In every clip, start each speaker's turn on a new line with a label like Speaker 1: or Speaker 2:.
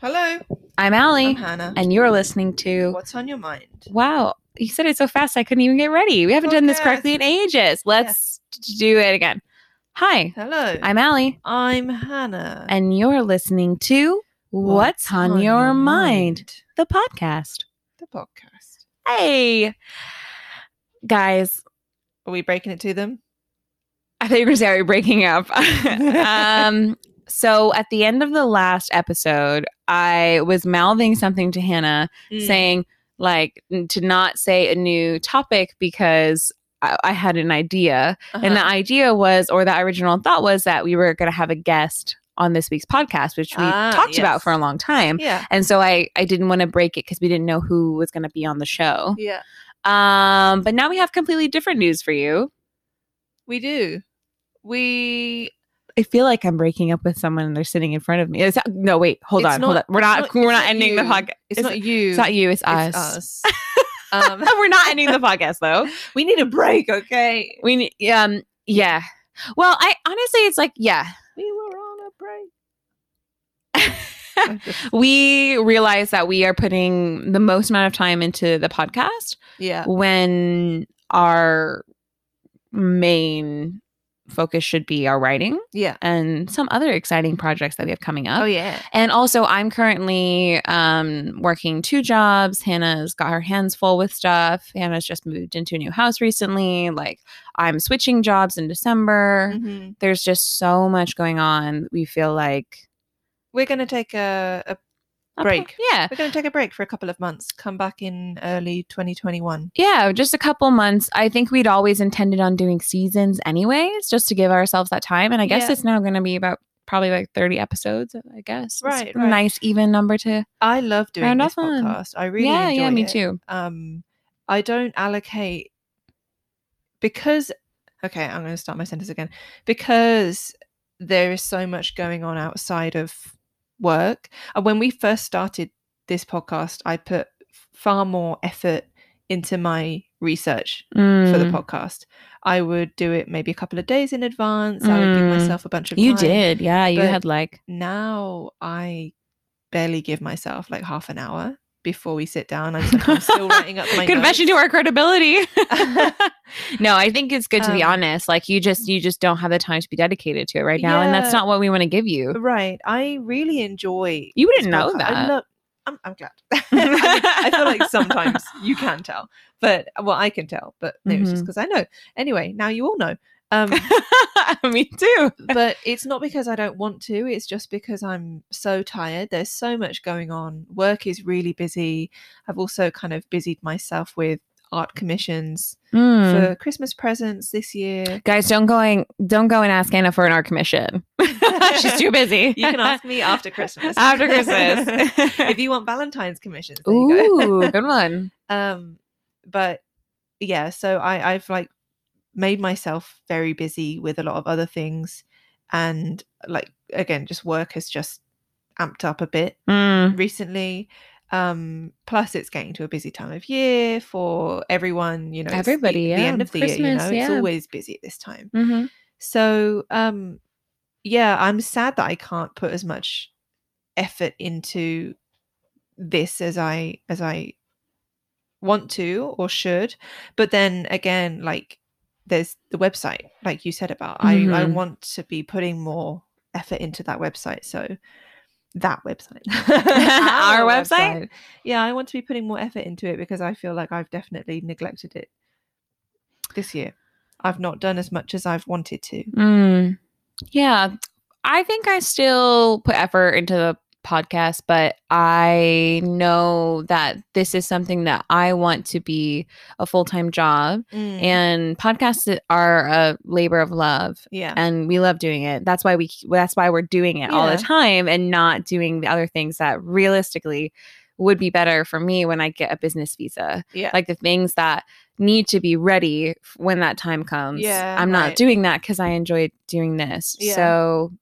Speaker 1: Hello,
Speaker 2: I'm Allie,
Speaker 1: I'm Hannah.
Speaker 2: and you're listening to.
Speaker 1: What's on your mind?
Speaker 2: Wow, you said it so fast I couldn't even get ready. We haven't done this correctly in ages. Let's do it again. Hi,
Speaker 1: Hello,
Speaker 2: I'm Allie,
Speaker 1: I'm Hannah.
Speaker 2: and you're listening to What's, on, Your, mind? the podcast.
Speaker 1: The podcast.
Speaker 2: Hey, guys,
Speaker 1: Are we breaking it to them?
Speaker 2: I thought you were going to say, are we breaking up? um, so at the end of the last episode, I was mouthing something to Hannah
Speaker 1: Mm.
Speaker 2: saying like n- to not say a new topic because I, I had an idea. And
Speaker 1: Uh-huh.
Speaker 2: the idea was, or the original thought was that we were going to have a guest on this week's podcast, which we
Speaker 1: Ah,
Speaker 2: talked about
Speaker 1: yes.
Speaker 2: for a long time.
Speaker 1: yeah,
Speaker 2: And so I, I didn't want to break it because we didn't know who was going to be on the show.
Speaker 1: yeah,
Speaker 2: Um, but now we have completely different news for you.
Speaker 1: we do. We
Speaker 2: I feel like I'm breaking up with someone and they're sitting in front of me. It's- no, wait, hold
Speaker 1: It's
Speaker 2: on,
Speaker 1: not-
Speaker 2: hold on. We're
Speaker 1: it's
Speaker 2: not,
Speaker 1: not-
Speaker 2: we're
Speaker 1: it's
Speaker 2: not
Speaker 1: not
Speaker 2: ending the
Speaker 1: you.
Speaker 2: podcast.
Speaker 1: it's, not you.
Speaker 2: It's not you. It's us.
Speaker 1: It's us. um,
Speaker 2: we're not ending the podcast though.
Speaker 1: we need a break, okay?
Speaker 2: We ne- um yeah. Well, I honestly it's like yeah.
Speaker 1: We were on a break. I just-
Speaker 2: We realize that we are putting the most amount of time into the podcast
Speaker 1: yeah,
Speaker 2: when our main focus should be our writing
Speaker 1: yeah.
Speaker 2: and some other exciting projects that we have coming up.
Speaker 1: Oh yeah.
Speaker 2: And also, I'm currently um, working two jobs. Hannah's got her hands full with stuff. Hannah's just moved into a new house recently. Like, I'm switching jobs in December.
Speaker 1: Mhm.
Speaker 2: there's just so much going on. We feel like
Speaker 1: We're gonna take a, a
Speaker 2: a
Speaker 1: Break.
Speaker 2: pro- Yeah.
Speaker 1: we're gonna take a break for a couple of months. Come back in early 2021.
Speaker 2: Yeah, just a couple months. I think we'd always intended on doing seasons anyways, just to give ourselves that time. And I guess
Speaker 1: Yeah.
Speaker 2: it's now going to be about probably like 30 episodes, I guess. It's
Speaker 1: Right,
Speaker 2: a
Speaker 1: right.
Speaker 2: Nice even number to.
Speaker 1: I love doing
Speaker 2: Round
Speaker 1: this
Speaker 2: off on.
Speaker 1: podcast. I really
Speaker 2: yeah,
Speaker 1: enjoy
Speaker 2: yeah, me
Speaker 1: it.
Speaker 2: too.
Speaker 1: Um, I don't allocate because okay, I'm going to start my sentence again because there is so much going on outside of work. And when we first started this podcast, I put far more effort into my research for the
Speaker 2: Mm.
Speaker 1: podcast. I would do it maybe a couple of days in advance. I would give
Speaker 2: Mm.
Speaker 1: myself a bunch of
Speaker 2: You
Speaker 1: time.
Speaker 2: did. Yeah, you
Speaker 1: but-
Speaker 2: had like
Speaker 1: now I barely give myself like half an hour before we sit down. I'm, just like, I'm still writing up my
Speaker 2: confession to
Speaker 1: notes.
Speaker 2: our credibility. no, I think it's good to be
Speaker 1: Um,
Speaker 2: honest. Like you just you just don't have the time to be dedicated to it right now, and that's
Speaker 1: Yeah.
Speaker 2: not what we want to give you.
Speaker 1: Right. I really enjoy.
Speaker 2: You
Speaker 1: this
Speaker 2: didn't know
Speaker 1: podcast.
Speaker 2: that.
Speaker 1: I love, I'm, I'm glad. I, mean, I feel like sometimes you can tell, but well, I can tell, but no, it's just
Speaker 2: Mhm.
Speaker 1: because I know. Anyway, now you all know. Um,
Speaker 2: Me too.
Speaker 1: but it's not because I don't want to. It's just because I'm so tired. There's so much going on. Work is really busy. I've also kind of busied myself with art commissions
Speaker 2: Mm.
Speaker 1: for Christmas presents this year.
Speaker 2: Guys, don't going don't go and ask Anna for an art commission. She's too busy.
Speaker 1: You can ask me after Christmas.
Speaker 2: after Christmas.
Speaker 1: if you want Valentine's commissions. There you
Speaker 2: Ooh,
Speaker 1: go.
Speaker 2: good one.
Speaker 1: um, but yeah, so I, I've like made myself very busy with a lot of other things, and like again, just work has just amped up a bit.
Speaker 2: Mm.
Speaker 1: recently. Um, plus, it's getting to a busy time of year for everyone. You know, it's the-
Speaker 2: Everybody,
Speaker 1: The,
Speaker 2: yeah,
Speaker 1: end of the year, you know,
Speaker 2: Christmas,
Speaker 1: it's
Speaker 2: yeah.
Speaker 1: always busy at this time.
Speaker 2: hmm
Speaker 1: So, um, yeah, I'm sad that I can't put as much effort into this as I as I want to or should. But then again, like there's the website, like you said about. I I
Speaker 2: Mhm.
Speaker 1: want to be putting more effort into that website. So that website,
Speaker 2: Our website?
Speaker 1: Yeah, I want to be putting more effort into it because I feel like I've definitely neglected it this year. I've not done as much as I've wanted to.
Speaker 2: Mm. Yeah. I think I still put effort into the podcast, but I know that this is something that I want to be a full time job.
Speaker 1: Mm. Mm-hmm.
Speaker 2: And podcasts are a labor of love.
Speaker 1: yeah,
Speaker 2: and we love doing it. That's why we that's why we're doing it all the
Speaker 1: Yeah.
Speaker 2: time and not doing the other things that realistically would be better for me when I get a business visa.
Speaker 1: yeah,
Speaker 2: Like the things that need to be ready f- when that time comes.
Speaker 1: Yeah,
Speaker 2: I'm not
Speaker 1: right.
Speaker 2: doing that cuz I enjoy doing this.
Speaker 1: Yeah.
Speaker 2: So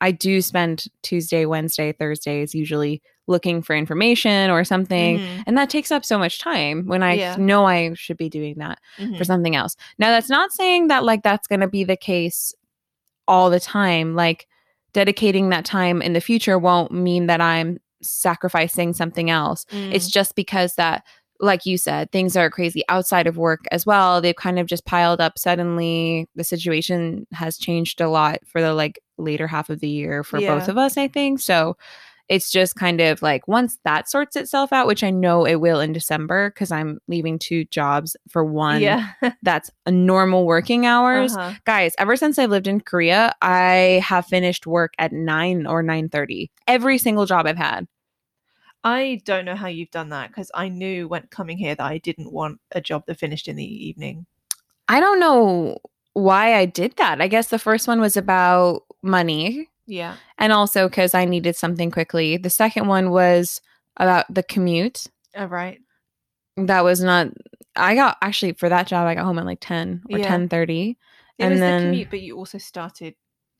Speaker 2: I do spend Tuesday, Wednesday, Thursdays usually looking for information or something.
Speaker 1: Mhm,
Speaker 2: And that takes up so much time when I
Speaker 1: Yeah.
Speaker 2: know I should be doing that
Speaker 1: mhm.
Speaker 2: for something else. Now, that's not saying that like that's going to be the case all the time. Like dedicating that time in the future won't mean that I'm sacrificing something else.
Speaker 1: Mm.
Speaker 2: It's just because that, like you said, things are crazy outside of work as well. They've kind of just piled up suddenly. The situation has changed a lot for the like later half of the year for
Speaker 1: Yeah.
Speaker 2: both of us, I think. So it's just kind of like once that sorts itself out, which I know it will in December because I'm leaving two jobs for one
Speaker 1: yeah.
Speaker 2: that's a normal working hours.
Speaker 1: Uh-huh.
Speaker 2: Guys, ever since I've lived in Korea, I have finished work at 9 or 9:30. Every single job I've had.
Speaker 1: I don't know how you've done that because I knew when coming here that I didn't want a job that finished in the evening.
Speaker 2: I don't know why I did that. I guess the first one was about money
Speaker 1: Yeah.
Speaker 2: and also cuz I needed something quickly. The second one was about the commute.
Speaker 1: All Oh, right.
Speaker 2: That was not I got actually for that job I got home at like 10 or
Speaker 1: Yeah.
Speaker 2: 10:30.
Speaker 1: It
Speaker 2: And
Speaker 1: was
Speaker 2: then-
Speaker 1: the commute, but you also started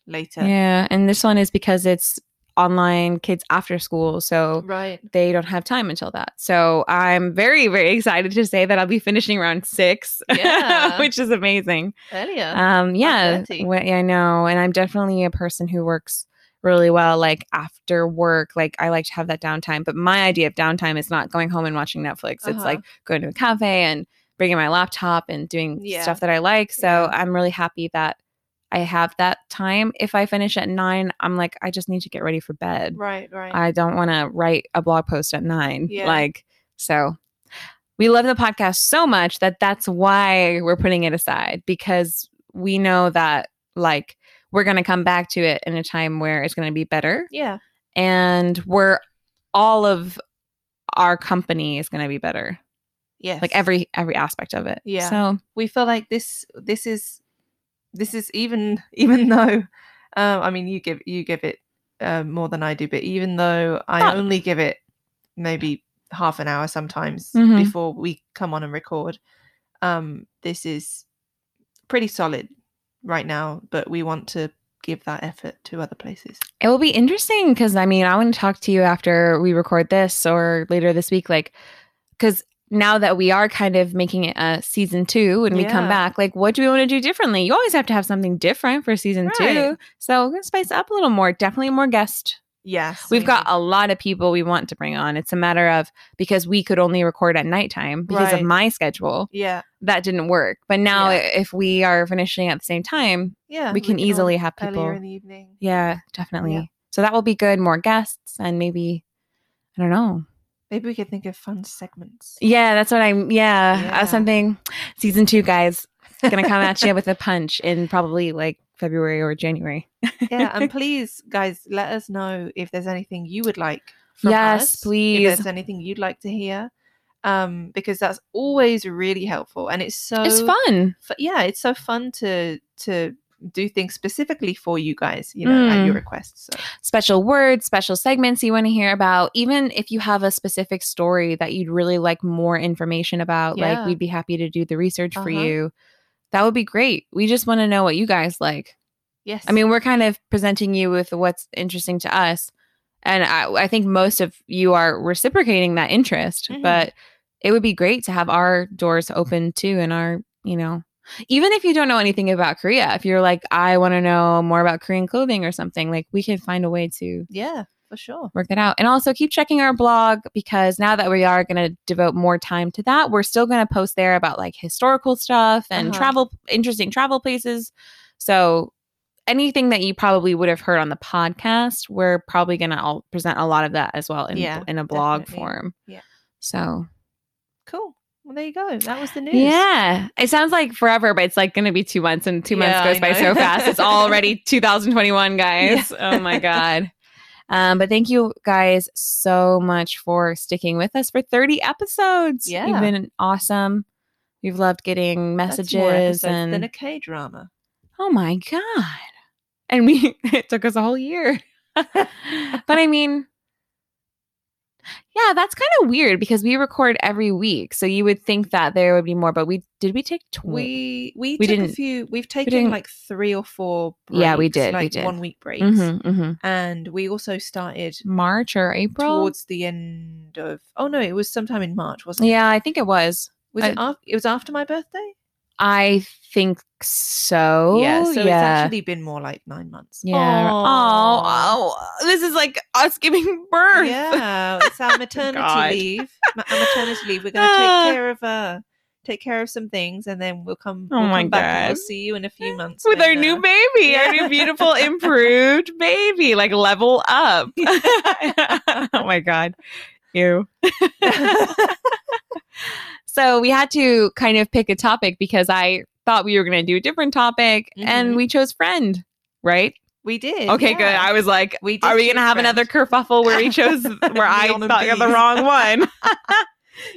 Speaker 1: later.
Speaker 2: Yeah, and this one is because it's online kids after school, so
Speaker 1: Right.
Speaker 2: they don't have time until that. So I'm very, very excited to say that I'll be finishing around six,
Speaker 1: Yeah.
Speaker 2: which is amazing.
Speaker 1: Earlier.
Speaker 2: Um, yeah,
Speaker 1: 5:30.
Speaker 2: wh- yeah, I know. And I'm definitely a person who works really well, like after work. Like I like to have that downtime. But my idea of downtime is not going home and watching Netflix. It's
Speaker 1: Uh-huh.
Speaker 2: like going to a cafe and bringing my laptop and doing
Speaker 1: Yeah.
Speaker 2: stuff that I like. So
Speaker 1: Yeah.
Speaker 2: I'm really happy that I have that time. If I finish at nine, I'm like, I just need to get ready for bed.
Speaker 1: right, right.
Speaker 2: I don't want to write a blog post at nine.
Speaker 1: Yeah.
Speaker 2: Like, so we love the podcast so much that that's why we're putting it aside because we know that, like, we're going to come back to it in a time where it's going to be better.
Speaker 1: yeah.
Speaker 2: And we're all of our company is going to be better,
Speaker 1: Yes.
Speaker 2: like every every aspect of it.
Speaker 1: Yeah.
Speaker 2: So
Speaker 1: we feel like this this is this is even even though um i mean you give you give it uh, more than i do but even though i
Speaker 2: Oh.
Speaker 1: only give it maybe half an hour sometimes
Speaker 2: Mhm.
Speaker 1: before we come on and record um this is pretty solid right now but we want to give that effort to other places
Speaker 2: It will be interesting because I mean, I want to talk to you after we record this or later this week, like, because now that we are kind of making it a season two when we come
Speaker 1: Yeah.
Speaker 2: back, like, what do we want to do differently? You always have to have something different for season two.
Speaker 1: Right.
Speaker 2: So we're going to spice it up a little more. Definitely more guests.
Speaker 1: yes
Speaker 2: We've got a lot of people we want to bring on. It's a matter of because we could only record at nighttime because of
Speaker 1: Right.
Speaker 2: my schedule.
Speaker 1: yeah
Speaker 2: That didn't work. But now,
Speaker 1: Yeah.
Speaker 2: i- if we are finishing at the same time,
Speaker 1: yeah
Speaker 2: we can
Speaker 1: all-
Speaker 2: easily have people.
Speaker 1: earlier in the evening
Speaker 2: Yeah, definitely. So that will be good. More guests and maybe I don't know.
Speaker 1: maybe we could think of fun segments
Speaker 2: Yeah, that's what I'm. Yeah,
Speaker 1: Yeah.
Speaker 2: Uh, something. Season two, guys, it's gonna come at you with a punch in probably like February or January.
Speaker 1: yeah and please guys let us know if there's anything you would like from
Speaker 2: Yes,
Speaker 1: us,
Speaker 2: please.
Speaker 1: if there's anything you'd like to hear um because that's always really helpful and it's so
Speaker 2: it's fun.
Speaker 1: fu- yeah it's so fun to to do things specifically for you guys you know at your
Speaker 2: Mm.
Speaker 1: requests so.
Speaker 2: Special words, special segments you want to hear about. Even if you have a specific story that you'd really like more information about, like
Speaker 1: Yeah.
Speaker 2: we'd be happy to do the research for
Speaker 1: Uh-huh.
Speaker 2: you. That would be great. We just want to know what you guys like.
Speaker 1: yes
Speaker 2: I mean, we're kind of presenting you with what's interesting to us. And I, I think most of you are reciprocating that interest,
Speaker 1: Mhm.
Speaker 2: but it would be great to have our doors open too. And our, you know, even if you don't know anything about Korea, if you're like, I want to know more about Korean clothing or something, like we can find a way to
Speaker 1: yeah for sure
Speaker 2: work that out. And also keep checking our blog because now that we are going to devote more time to that, we're still going to post there about like historical stuff and
Speaker 1: Uh-huh.
Speaker 2: travel, interesting travel places. So anything that you probably would have heard on the podcast, we're probably going to present a lot of that as well in,
Speaker 1: Yeah,
Speaker 2: in a blog
Speaker 1: definitely.
Speaker 2: form.
Speaker 1: Yeah.
Speaker 2: So
Speaker 1: cool well there you go that was the news
Speaker 2: yeah, it sounds like forever, but it's like going to be two months, and two
Speaker 1: Yeah,
Speaker 2: months
Speaker 1: I
Speaker 2: goes by
Speaker 1: know.
Speaker 2: so fast. It's already 2021, guys. Oh my god. Um, but thank you guys so much for sticking with us for 30 episodes. You've
Speaker 1: Yeah.
Speaker 2: been awesome. We've loved getting
Speaker 1: That's more
Speaker 2: messages
Speaker 1: episodes
Speaker 2: and
Speaker 1: than a K drama.
Speaker 2: oh my god. And we it took us a whole year. but I mean yeah, that's kind of weird because we record every week. So you would think that there would be more, but we did we take 20?
Speaker 1: We we,
Speaker 2: We
Speaker 1: took a
Speaker 2: didn't-
Speaker 1: few. We've
Speaker 2: didn't-
Speaker 1: taken like three or four. Breaks,
Speaker 2: Yeah, we did, we
Speaker 1: Like
Speaker 2: did.
Speaker 1: one week breaks,
Speaker 2: Mhm, mhm.
Speaker 1: and we also started
Speaker 2: March or April?
Speaker 1: towards the end of oh no it was sometime in march wasn't it
Speaker 2: yeah, I think it was.
Speaker 1: was it after it was after my birthday
Speaker 2: I think so.
Speaker 1: yeah so it's actually been more like nine months
Speaker 2: Oh, Yeah. Oh, now, oh, this is like us giving birth.
Speaker 1: Yeah, it's our maternity
Speaker 2: God.
Speaker 1: leave. Ma- Our maternity leave. We're going to take
Speaker 2: Ah.
Speaker 1: care of uh, take care of some things, and then we'll come.
Speaker 2: Oh
Speaker 1: we'll
Speaker 2: my
Speaker 1: come back and we'll
Speaker 2: God.
Speaker 1: see you in a few months
Speaker 2: With our
Speaker 1: when,
Speaker 2: new
Speaker 1: uh,
Speaker 2: baby, our
Speaker 1: Yeah.
Speaker 2: new beautiful, improved baby, like level up. oh my God. Ew.
Speaker 1: uh,
Speaker 2: so we had to kind of pick a topic because I thought we were going to do a different topic
Speaker 1: Mhm.
Speaker 2: and we chose friend, right?
Speaker 1: We did.
Speaker 2: Okay,
Speaker 1: yeah.
Speaker 2: good. I was like,
Speaker 1: We did
Speaker 2: are we
Speaker 1: choose
Speaker 2: gonna have
Speaker 1: friend.
Speaker 2: another kerfuffle where he chose where I
Speaker 1: Neon and
Speaker 2: thought of the
Speaker 1: bees.
Speaker 2: wrong one?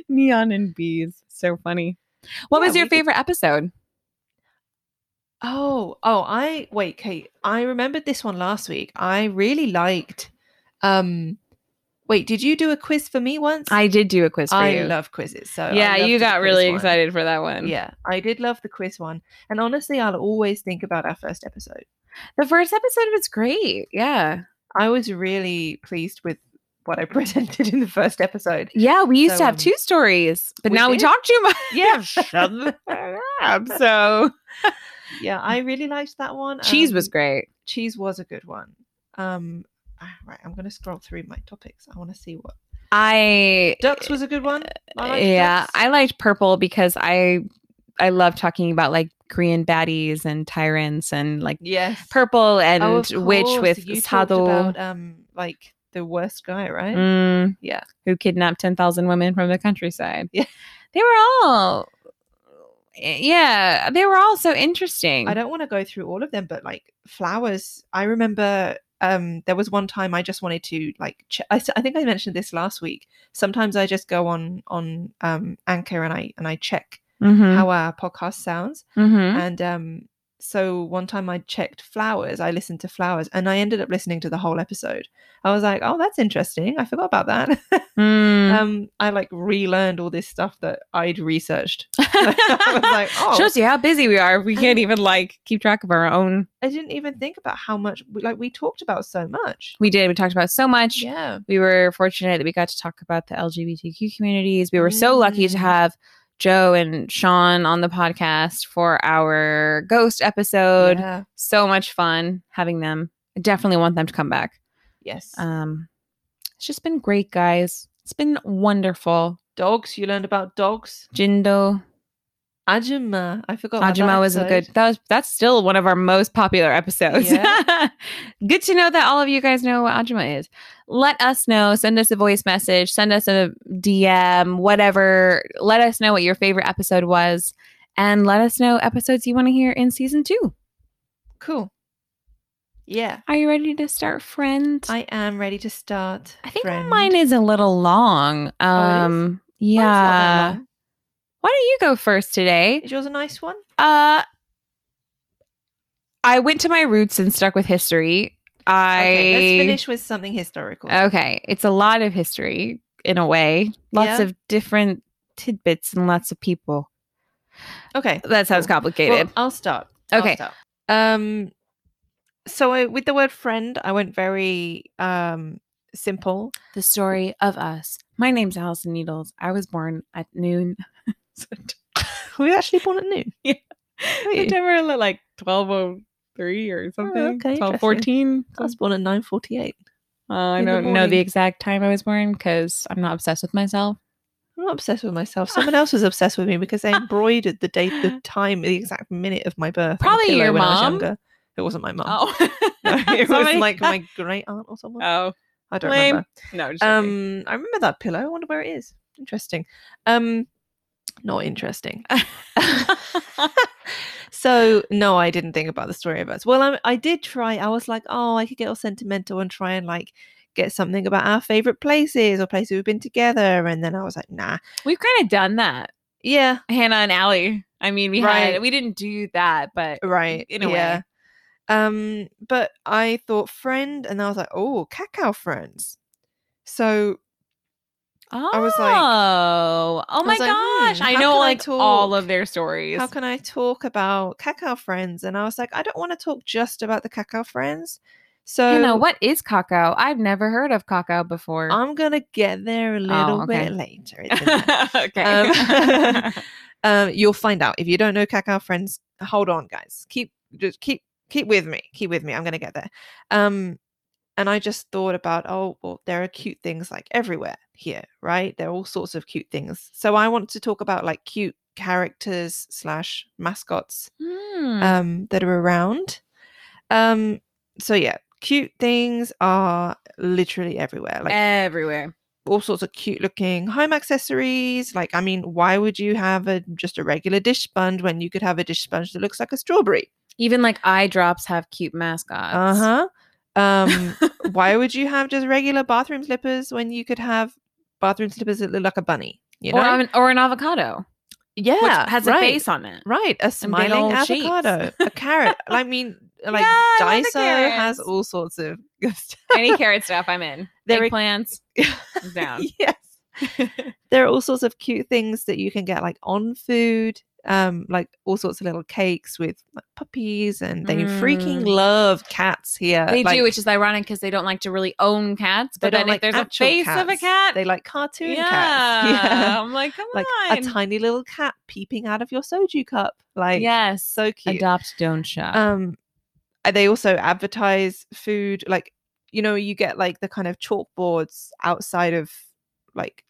Speaker 2: Neon and bees, so funny. What
Speaker 1: Yeah,
Speaker 2: was your
Speaker 1: we did.
Speaker 2: favorite episode?
Speaker 1: Oh, oh, I wait, Kate. I remembered this one last week. I really liked. Um, wait, did you do a quiz for me once?
Speaker 2: I did do a quiz for
Speaker 1: I
Speaker 2: you.
Speaker 1: love quizzes. So I
Speaker 2: yeah,
Speaker 1: loved
Speaker 2: you
Speaker 1: the
Speaker 2: got
Speaker 1: quiz
Speaker 2: really
Speaker 1: one.
Speaker 2: excited for that one.
Speaker 1: Yeah, I did love the quiz one, and honestly, I'll always think about our first episode.
Speaker 2: the first episode was great. Yeah,
Speaker 1: I was really pleased with what I presented in the first episode.
Speaker 2: yeah. We used
Speaker 1: So,
Speaker 2: to have
Speaker 1: um,
Speaker 2: two stories, but
Speaker 1: we
Speaker 2: now we
Speaker 1: did?
Speaker 2: talk too much.
Speaker 1: Yeah.
Speaker 2: shut the fuck up. So
Speaker 1: Yeah, I really liked that one.
Speaker 2: cheese was
Speaker 1: um,
Speaker 2: great.
Speaker 1: Cheese was a good one. Um, ah, right, I'm gonna scroll through my topics. I want to see what
Speaker 2: I
Speaker 1: ducks was a good one. I liked
Speaker 2: yeah,
Speaker 1: ducks.
Speaker 2: I liked purple because I I love talking about like Korean baddies and tyrants and like
Speaker 1: yes,
Speaker 2: purple and
Speaker 1: Oh, of
Speaker 2: witch with
Speaker 1: course, you talked
Speaker 2: Sado
Speaker 1: about, um, like the worst guy, right?
Speaker 2: mm,
Speaker 1: Yeah.
Speaker 2: who kidnapped 10,000 women from the countryside.
Speaker 1: Yeah.
Speaker 2: They were all eh, yeah, they were all so interesting.
Speaker 1: I don't want to go through all of them, but like flowers, I remember um there was one time I just wanted to like ch- I, s- I think I mentioned this last week. Sometimes I just go on on um Anchor and I and I check
Speaker 2: Mhm,
Speaker 1: how our podcast sounds
Speaker 2: mhm.
Speaker 1: and um so one time I checked flowers, I listened to flowers and I ended up listening to the whole episode. I was like, "Oh, that's interesting. I forgot about that."
Speaker 2: Mm.
Speaker 1: um I like relearned all this stuff that I'd researched. I was like, "Oh,
Speaker 2: Shows you how busy we are. We can't even like keep track of our own.
Speaker 1: I didn't even think about how much like we talked about so much.
Speaker 2: We did. We talked about so much.
Speaker 1: Yeah.
Speaker 2: we were fortunate that we got to talk about the LGBTQ communities. We were so lucky to
Speaker 1: Mm.
Speaker 2: have Joe and Sean on the podcast for our ghost episode.
Speaker 1: yeah.
Speaker 2: So much fun having them. I definitely want them to come back.
Speaker 1: Yes.
Speaker 2: Um, it's just been great, guys. It's been wonderful.
Speaker 1: dogs. You learned about dogs.
Speaker 2: Jindo
Speaker 1: Ajima. I forgot. about Oh, that
Speaker 2: Ajima was a
Speaker 1: episode.
Speaker 2: good. That was that's still one of our most popular episodes.
Speaker 1: Yeah.
Speaker 2: good to know that all of you guys know what Ajima is. Let us know. Send us a voice message. Send us a DM. Whatever. Let us know what your favorite episode was, and let us know episodes you want to hear in season two.
Speaker 1: Cool. Yeah.
Speaker 2: Are you ready to start, friend?
Speaker 1: I am ready to start.
Speaker 2: I think
Speaker 1: friend. Oh,
Speaker 2: mine is a little long. Um,
Speaker 1: Mine's not that
Speaker 2: yeah.
Speaker 1: long.
Speaker 2: Why don't you go first today?
Speaker 1: Is yours a nice one?
Speaker 2: Uh, I went to my roots and stuck with history. I
Speaker 1: Okay. Let's finish with something historical.
Speaker 2: Okay, it's a lot of history in a way. Lots
Speaker 1: Yeah.
Speaker 2: of different tidbits and lots of people.
Speaker 1: Okay.
Speaker 2: That sounds
Speaker 1: Cool.
Speaker 2: complicated.
Speaker 1: Well, I'll start. I'll
Speaker 2: Okay.
Speaker 1: start. Um. So I, with the word friend, I went very um simple.
Speaker 2: the story of us. My name's Allison Needles. I was born at noon.
Speaker 1: We were actually born at noon. Wait.
Speaker 2: September li- like twelve oh three or
Speaker 1: okay, interesting.
Speaker 2: 12:14.
Speaker 1: I was born at nine forty-eight.
Speaker 2: Uh, I
Speaker 1: In the
Speaker 2: don't know
Speaker 1: morning.
Speaker 2: the exact time I was born because I'm not obsessed with myself.
Speaker 1: I'm not obsessed with myself. Someone else was obsessed with me because they embroidered the date, the time, the exact minute of my birth. on a
Speaker 2: Probably
Speaker 1: pillow
Speaker 2: your
Speaker 1: when I was
Speaker 2: mom.
Speaker 1: younger. It wasn't my mum.
Speaker 2: Oh,
Speaker 1: No, it was
Speaker 2: Somebody-
Speaker 1: like my great aunt or someone.
Speaker 2: oh,
Speaker 1: I don't
Speaker 2: lame.
Speaker 1: remember.
Speaker 2: No, just joking.
Speaker 1: Um, I remember that pillow. I wonder where it is. Interesting. Um, not interesting.
Speaker 2: Um,
Speaker 1: so no, I didn't think about the story of us. Well, I, I did try. I was like, oh, I could get all sentimental and try and like get something about our favorite places or places we've been together. And then I was like, nah,
Speaker 2: We've kind of done that.
Speaker 1: yeah,
Speaker 2: Hannah and Allie. I mean, we
Speaker 1: Right.
Speaker 2: had we didn't do that, but
Speaker 1: right
Speaker 2: in a
Speaker 1: yeah
Speaker 2: way.
Speaker 1: um but i thought friend and i was like oh cacao friends so
Speaker 2: oh,
Speaker 1: was like-
Speaker 2: oh my
Speaker 1: was like, hmm,
Speaker 2: gosh,
Speaker 1: how
Speaker 2: I
Speaker 1: can I
Speaker 2: know like all
Speaker 1: talk?
Speaker 2: of their stories.
Speaker 1: how can i talk about cacao friends and i was like i don't want to talk just about the cacao friends so
Speaker 2: Hannah, what is cacao? I've never heard of cacao before.
Speaker 1: i'm gonna get there a
Speaker 2: Oh,
Speaker 1: little
Speaker 2: okay.
Speaker 1: bit later it's in there.
Speaker 2: okay,
Speaker 1: Um, um, you'll find out if you don't know cacao friends hold on guys keep just keep keep with me keep with me i'm gonna get there um And I just thought about, oh, well, there are cute things like everywhere here, right? There are all sorts of cute things. So I want to talk about like cute characters slash mascots
Speaker 2: Hmm.
Speaker 1: um, that are around. Um, so yeah, cute things are literally everywhere. Like
Speaker 2: Everywhere.
Speaker 1: all sorts of cute looking home accessories. Like, I mean, why would you have a just a regular dish sponge when you could have a dish sponge that looks like a strawberry?
Speaker 2: Even like eye drops have cute mascots.
Speaker 1: Uh huh. Um, why would you have just regular bathroom slippers when you could have bathroom slippers that look like a bunny? You know,
Speaker 2: Or, an, or an avocado,
Speaker 1: yeah,
Speaker 2: which has
Speaker 1: right.
Speaker 2: a face on it.
Speaker 1: Right, a
Speaker 2: and big
Speaker 1: smiling
Speaker 2: old
Speaker 1: avocado, a carrot. I mean, like
Speaker 2: Yeah, I love the
Speaker 1: Daiso has
Speaker 2: carrots.
Speaker 1: all sorts of good stuff.
Speaker 2: Any carrot stuff, I'm in.
Speaker 1: There we-
Speaker 2: Eggplants, I'm down.
Speaker 1: yes. there are all sorts of cute things that you can get like on food, um, like all sorts of little cakes with like, puppies and they freaking
Speaker 2: Mm.
Speaker 1: love cats here.
Speaker 2: They
Speaker 1: Uh, like,
Speaker 2: do, which is ironic because they don't like to really own cats.
Speaker 1: they
Speaker 2: But then
Speaker 1: don't
Speaker 2: if there's a
Speaker 1: actual
Speaker 2: face of a
Speaker 1: cats,
Speaker 2: cat,
Speaker 1: They like cartoon
Speaker 2: yeah.
Speaker 1: cats. Yeah.
Speaker 2: I'm like, come
Speaker 1: Like
Speaker 2: on.
Speaker 1: a tiny little cat peeping out of your soju cup. Like
Speaker 2: yes.
Speaker 1: so cute.
Speaker 2: Adopt, don't shop.
Speaker 1: um and they also advertise food like you know you get like the kind of chalkboards outside of like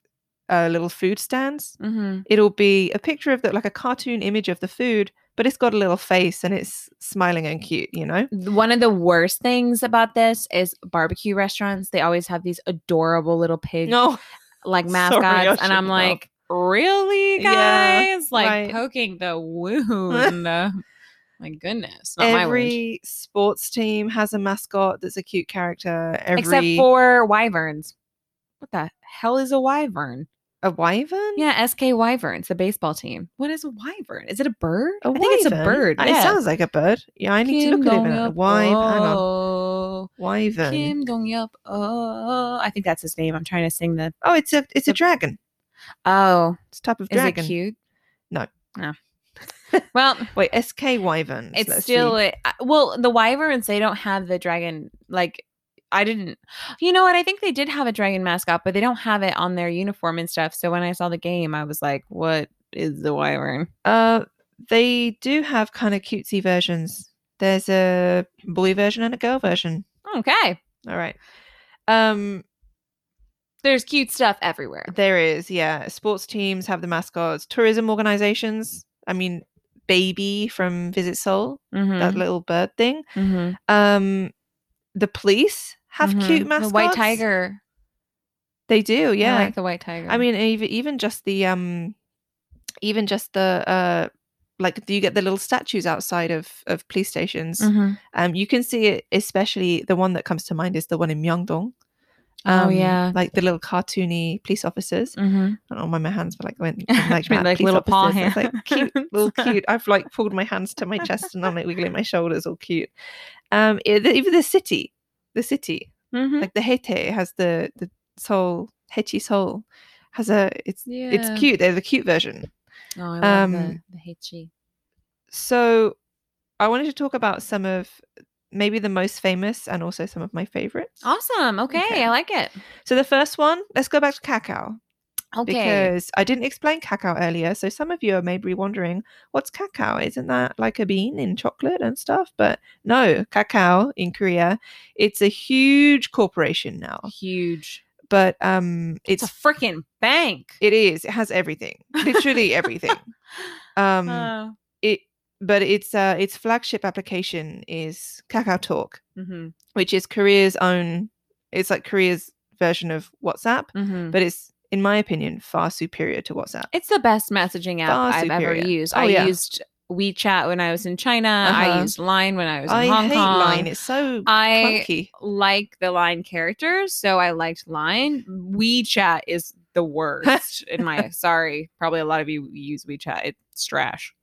Speaker 1: uh, little food stands
Speaker 2: Mhm.
Speaker 1: it'll be a picture of the like a cartoon image of the food but it's got a little face and it's smiling and cute you know
Speaker 2: One of the worst things about this is barbecue restaurants. They always have these adorable little pigs,
Speaker 1: no
Speaker 2: like
Speaker 1: sorry,
Speaker 2: mascots,
Speaker 1: I
Speaker 2: and I'm
Speaker 1: shouldn't have.
Speaker 2: like, really,
Speaker 1: Yeah,
Speaker 2: guys? like
Speaker 1: right.
Speaker 2: poking the wound. My goodness, not my wound.
Speaker 1: every sports team has a mascot that's a cute character every
Speaker 2: Except for wyverns. What the hell is a wyvern?
Speaker 1: a wyvern
Speaker 2: Yeah, SK Wyverns, the baseball team. What is a wyvern? Is it a bird?
Speaker 1: a
Speaker 2: I think it's a
Speaker 1: wyvern?
Speaker 2: bird.
Speaker 1: Uh, it
Speaker 2: yeah.
Speaker 1: sounds like a bird yeah i need to look at it now. Wyvern. hang on
Speaker 2: Oh,
Speaker 1: wyvern
Speaker 2: Kim Dong Yup. Oh, I think that's his name. I'm trying to sing the.
Speaker 1: Oh, it's a it's a
Speaker 2: The-
Speaker 1: dragon.
Speaker 2: Oh,
Speaker 1: It's a type of
Speaker 2: is
Speaker 1: dragon.
Speaker 2: it cute?
Speaker 1: No.
Speaker 2: No. well,
Speaker 1: Wait, SK wyverns.
Speaker 2: it's
Speaker 1: let's see.
Speaker 2: still a, I- well the wyverns. They don't have the dragon. Like I didn't. You know what? I think they did have a dragon mascot, but they don't have it on their uniform and stuff. So when I saw the game, I was like, "What is the wyvern?"
Speaker 1: Uh, they do have kind of cutesy versions. There's a boy version and a girl version.
Speaker 2: Okay,
Speaker 1: All right. Um,
Speaker 2: there's cute stuff everywhere.
Speaker 1: there is yeah. Sports teams have the mascots. Tourism organizations. I mean, baby from Visit Seoul,
Speaker 2: Mhm.
Speaker 1: that little bird thing.
Speaker 2: Mm-hmm.
Speaker 1: Um, the police have cute mascots.
Speaker 2: The white tiger.
Speaker 1: They do. Yeah.
Speaker 2: I like the white tiger.
Speaker 1: I mean, even even just the um, even just the uh, like you get the little statues outside of of police stations.
Speaker 2: Mhm.
Speaker 1: Um, you can see it, especially the one that comes to mind is the one in Myeongdong. um,
Speaker 2: oh yeah.
Speaker 1: like the little cartoony police officers.
Speaker 2: Mm-hmm.
Speaker 1: I don't know why my hands were like went like, that,
Speaker 2: Like
Speaker 1: police
Speaker 2: little paw
Speaker 1: officers. It's like cute,
Speaker 2: hands.
Speaker 1: little cute. I've like pulled my hands to my chest and I'm like wiggling my shoulders, all cute. Um, i- the- even the city, the city,
Speaker 2: Mm-hmm.
Speaker 1: like the Hete has the the soul, Hechi soul has a it's
Speaker 2: yeah.
Speaker 1: it's cute. They're the cute version.
Speaker 2: Oh, I love the,
Speaker 1: Um,
Speaker 2: the E. Heichi.
Speaker 1: So I wanted to talk about some of maybe the most famous and also some of my favorites.
Speaker 2: Ah. Awesome. Okay,
Speaker 1: Okay.
Speaker 2: I like it.
Speaker 1: So the first one, let's go back to cacao
Speaker 2: Okay.
Speaker 1: because I didn't explain cacao earlier. So some of you are maybe wondering, what's cacao? Isn't that like a bean in chocolate and stuff? But no, cacao in Korea, it's a huge corporation now.
Speaker 2: Huge.
Speaker 1: But um
Speaker 2: It's,
Speaker 1: it's
Speaker 2: a freaking bank.
Speaker 1: it is. It has everything. Literally everything. Um
Speaker 2: Oh.
Speaker 1: it but it's uh its flagship application is Kakao Talk,
Speaker 2: Mhm.
Speaker 1: which is Korea's own it's like Korea's version of WhatsApp,
Speaker 2: Mhm.
Speaker 1: but it's in my opinion far superior to WhatsApp.
Speaker 2: It's the best messaging app
Speaker 1: Far
Speaker 2: I've
Speaker 1: superior.
Speaker 2: ever used.
Speaker 1: Oh,
Speaker 2: I
Speaker 1: yeah.
Speaker 2: used WeChat when I was in China. I
Speaker 1: Uh-huh.
Speaker 2: used Line when I was in
Speaker 1: I
Speaker 2: Hong
Speaker 1: hate
Speaker 2: Kong.
Speaker 1: Line. It's so
Speaker 2: I
Speaker 1: clunky.
Speaker 2: like the line characters, so I liked line. WeChat is the worst in my sorry. Probably a lot of you use WeChat. It's trash.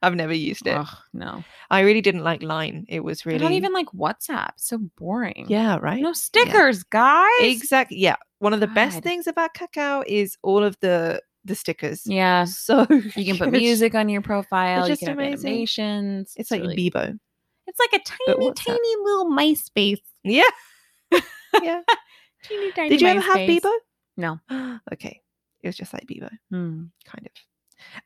Speaker 1: I've never used it.
Speaker 2: Ugh, no.
Speaker 1: I really didn't like Line. It was
Speaker 2: Oh. I
Speaker 1: really
Speaker 2: don't even like WhatsApp. It's so boring.
Speaker 1: yeah right
Speaker 2: No stickers, guys.
Speaker 1: exactly yeah. One of the best
Speaker 2: God.
Speaker 1: things about Kakao is all of the the stickers.
Speaker 2: yeah.
Speaker 1: So
Speaker 2: You can put
Speaker 1: good.
Speaker 2: music on your profile.
Speaker 1: just
Speaker 2: you can have
Speaker 1: amazing.
Speaker 2: animations.
Speaker 1: It's like
Speaker 2: really-
Speaker 1: Bebo.
Speaker 2: it's like a tiny,
Speaker 1: WhatsApp-
Speaker 2: tiny little MySpace.
Speaker 1: Yeah. yeah.
Speaker 2: Teeny tiny.
Speaker 1: Did you ever have
Speaker 2: MySpace.
Speaker 1: Bebo?
Speaker 2: No.
Speaker 1: okay. It was just like Bebo,
Speaker 2: Hmm.
Speaker 1: kind of.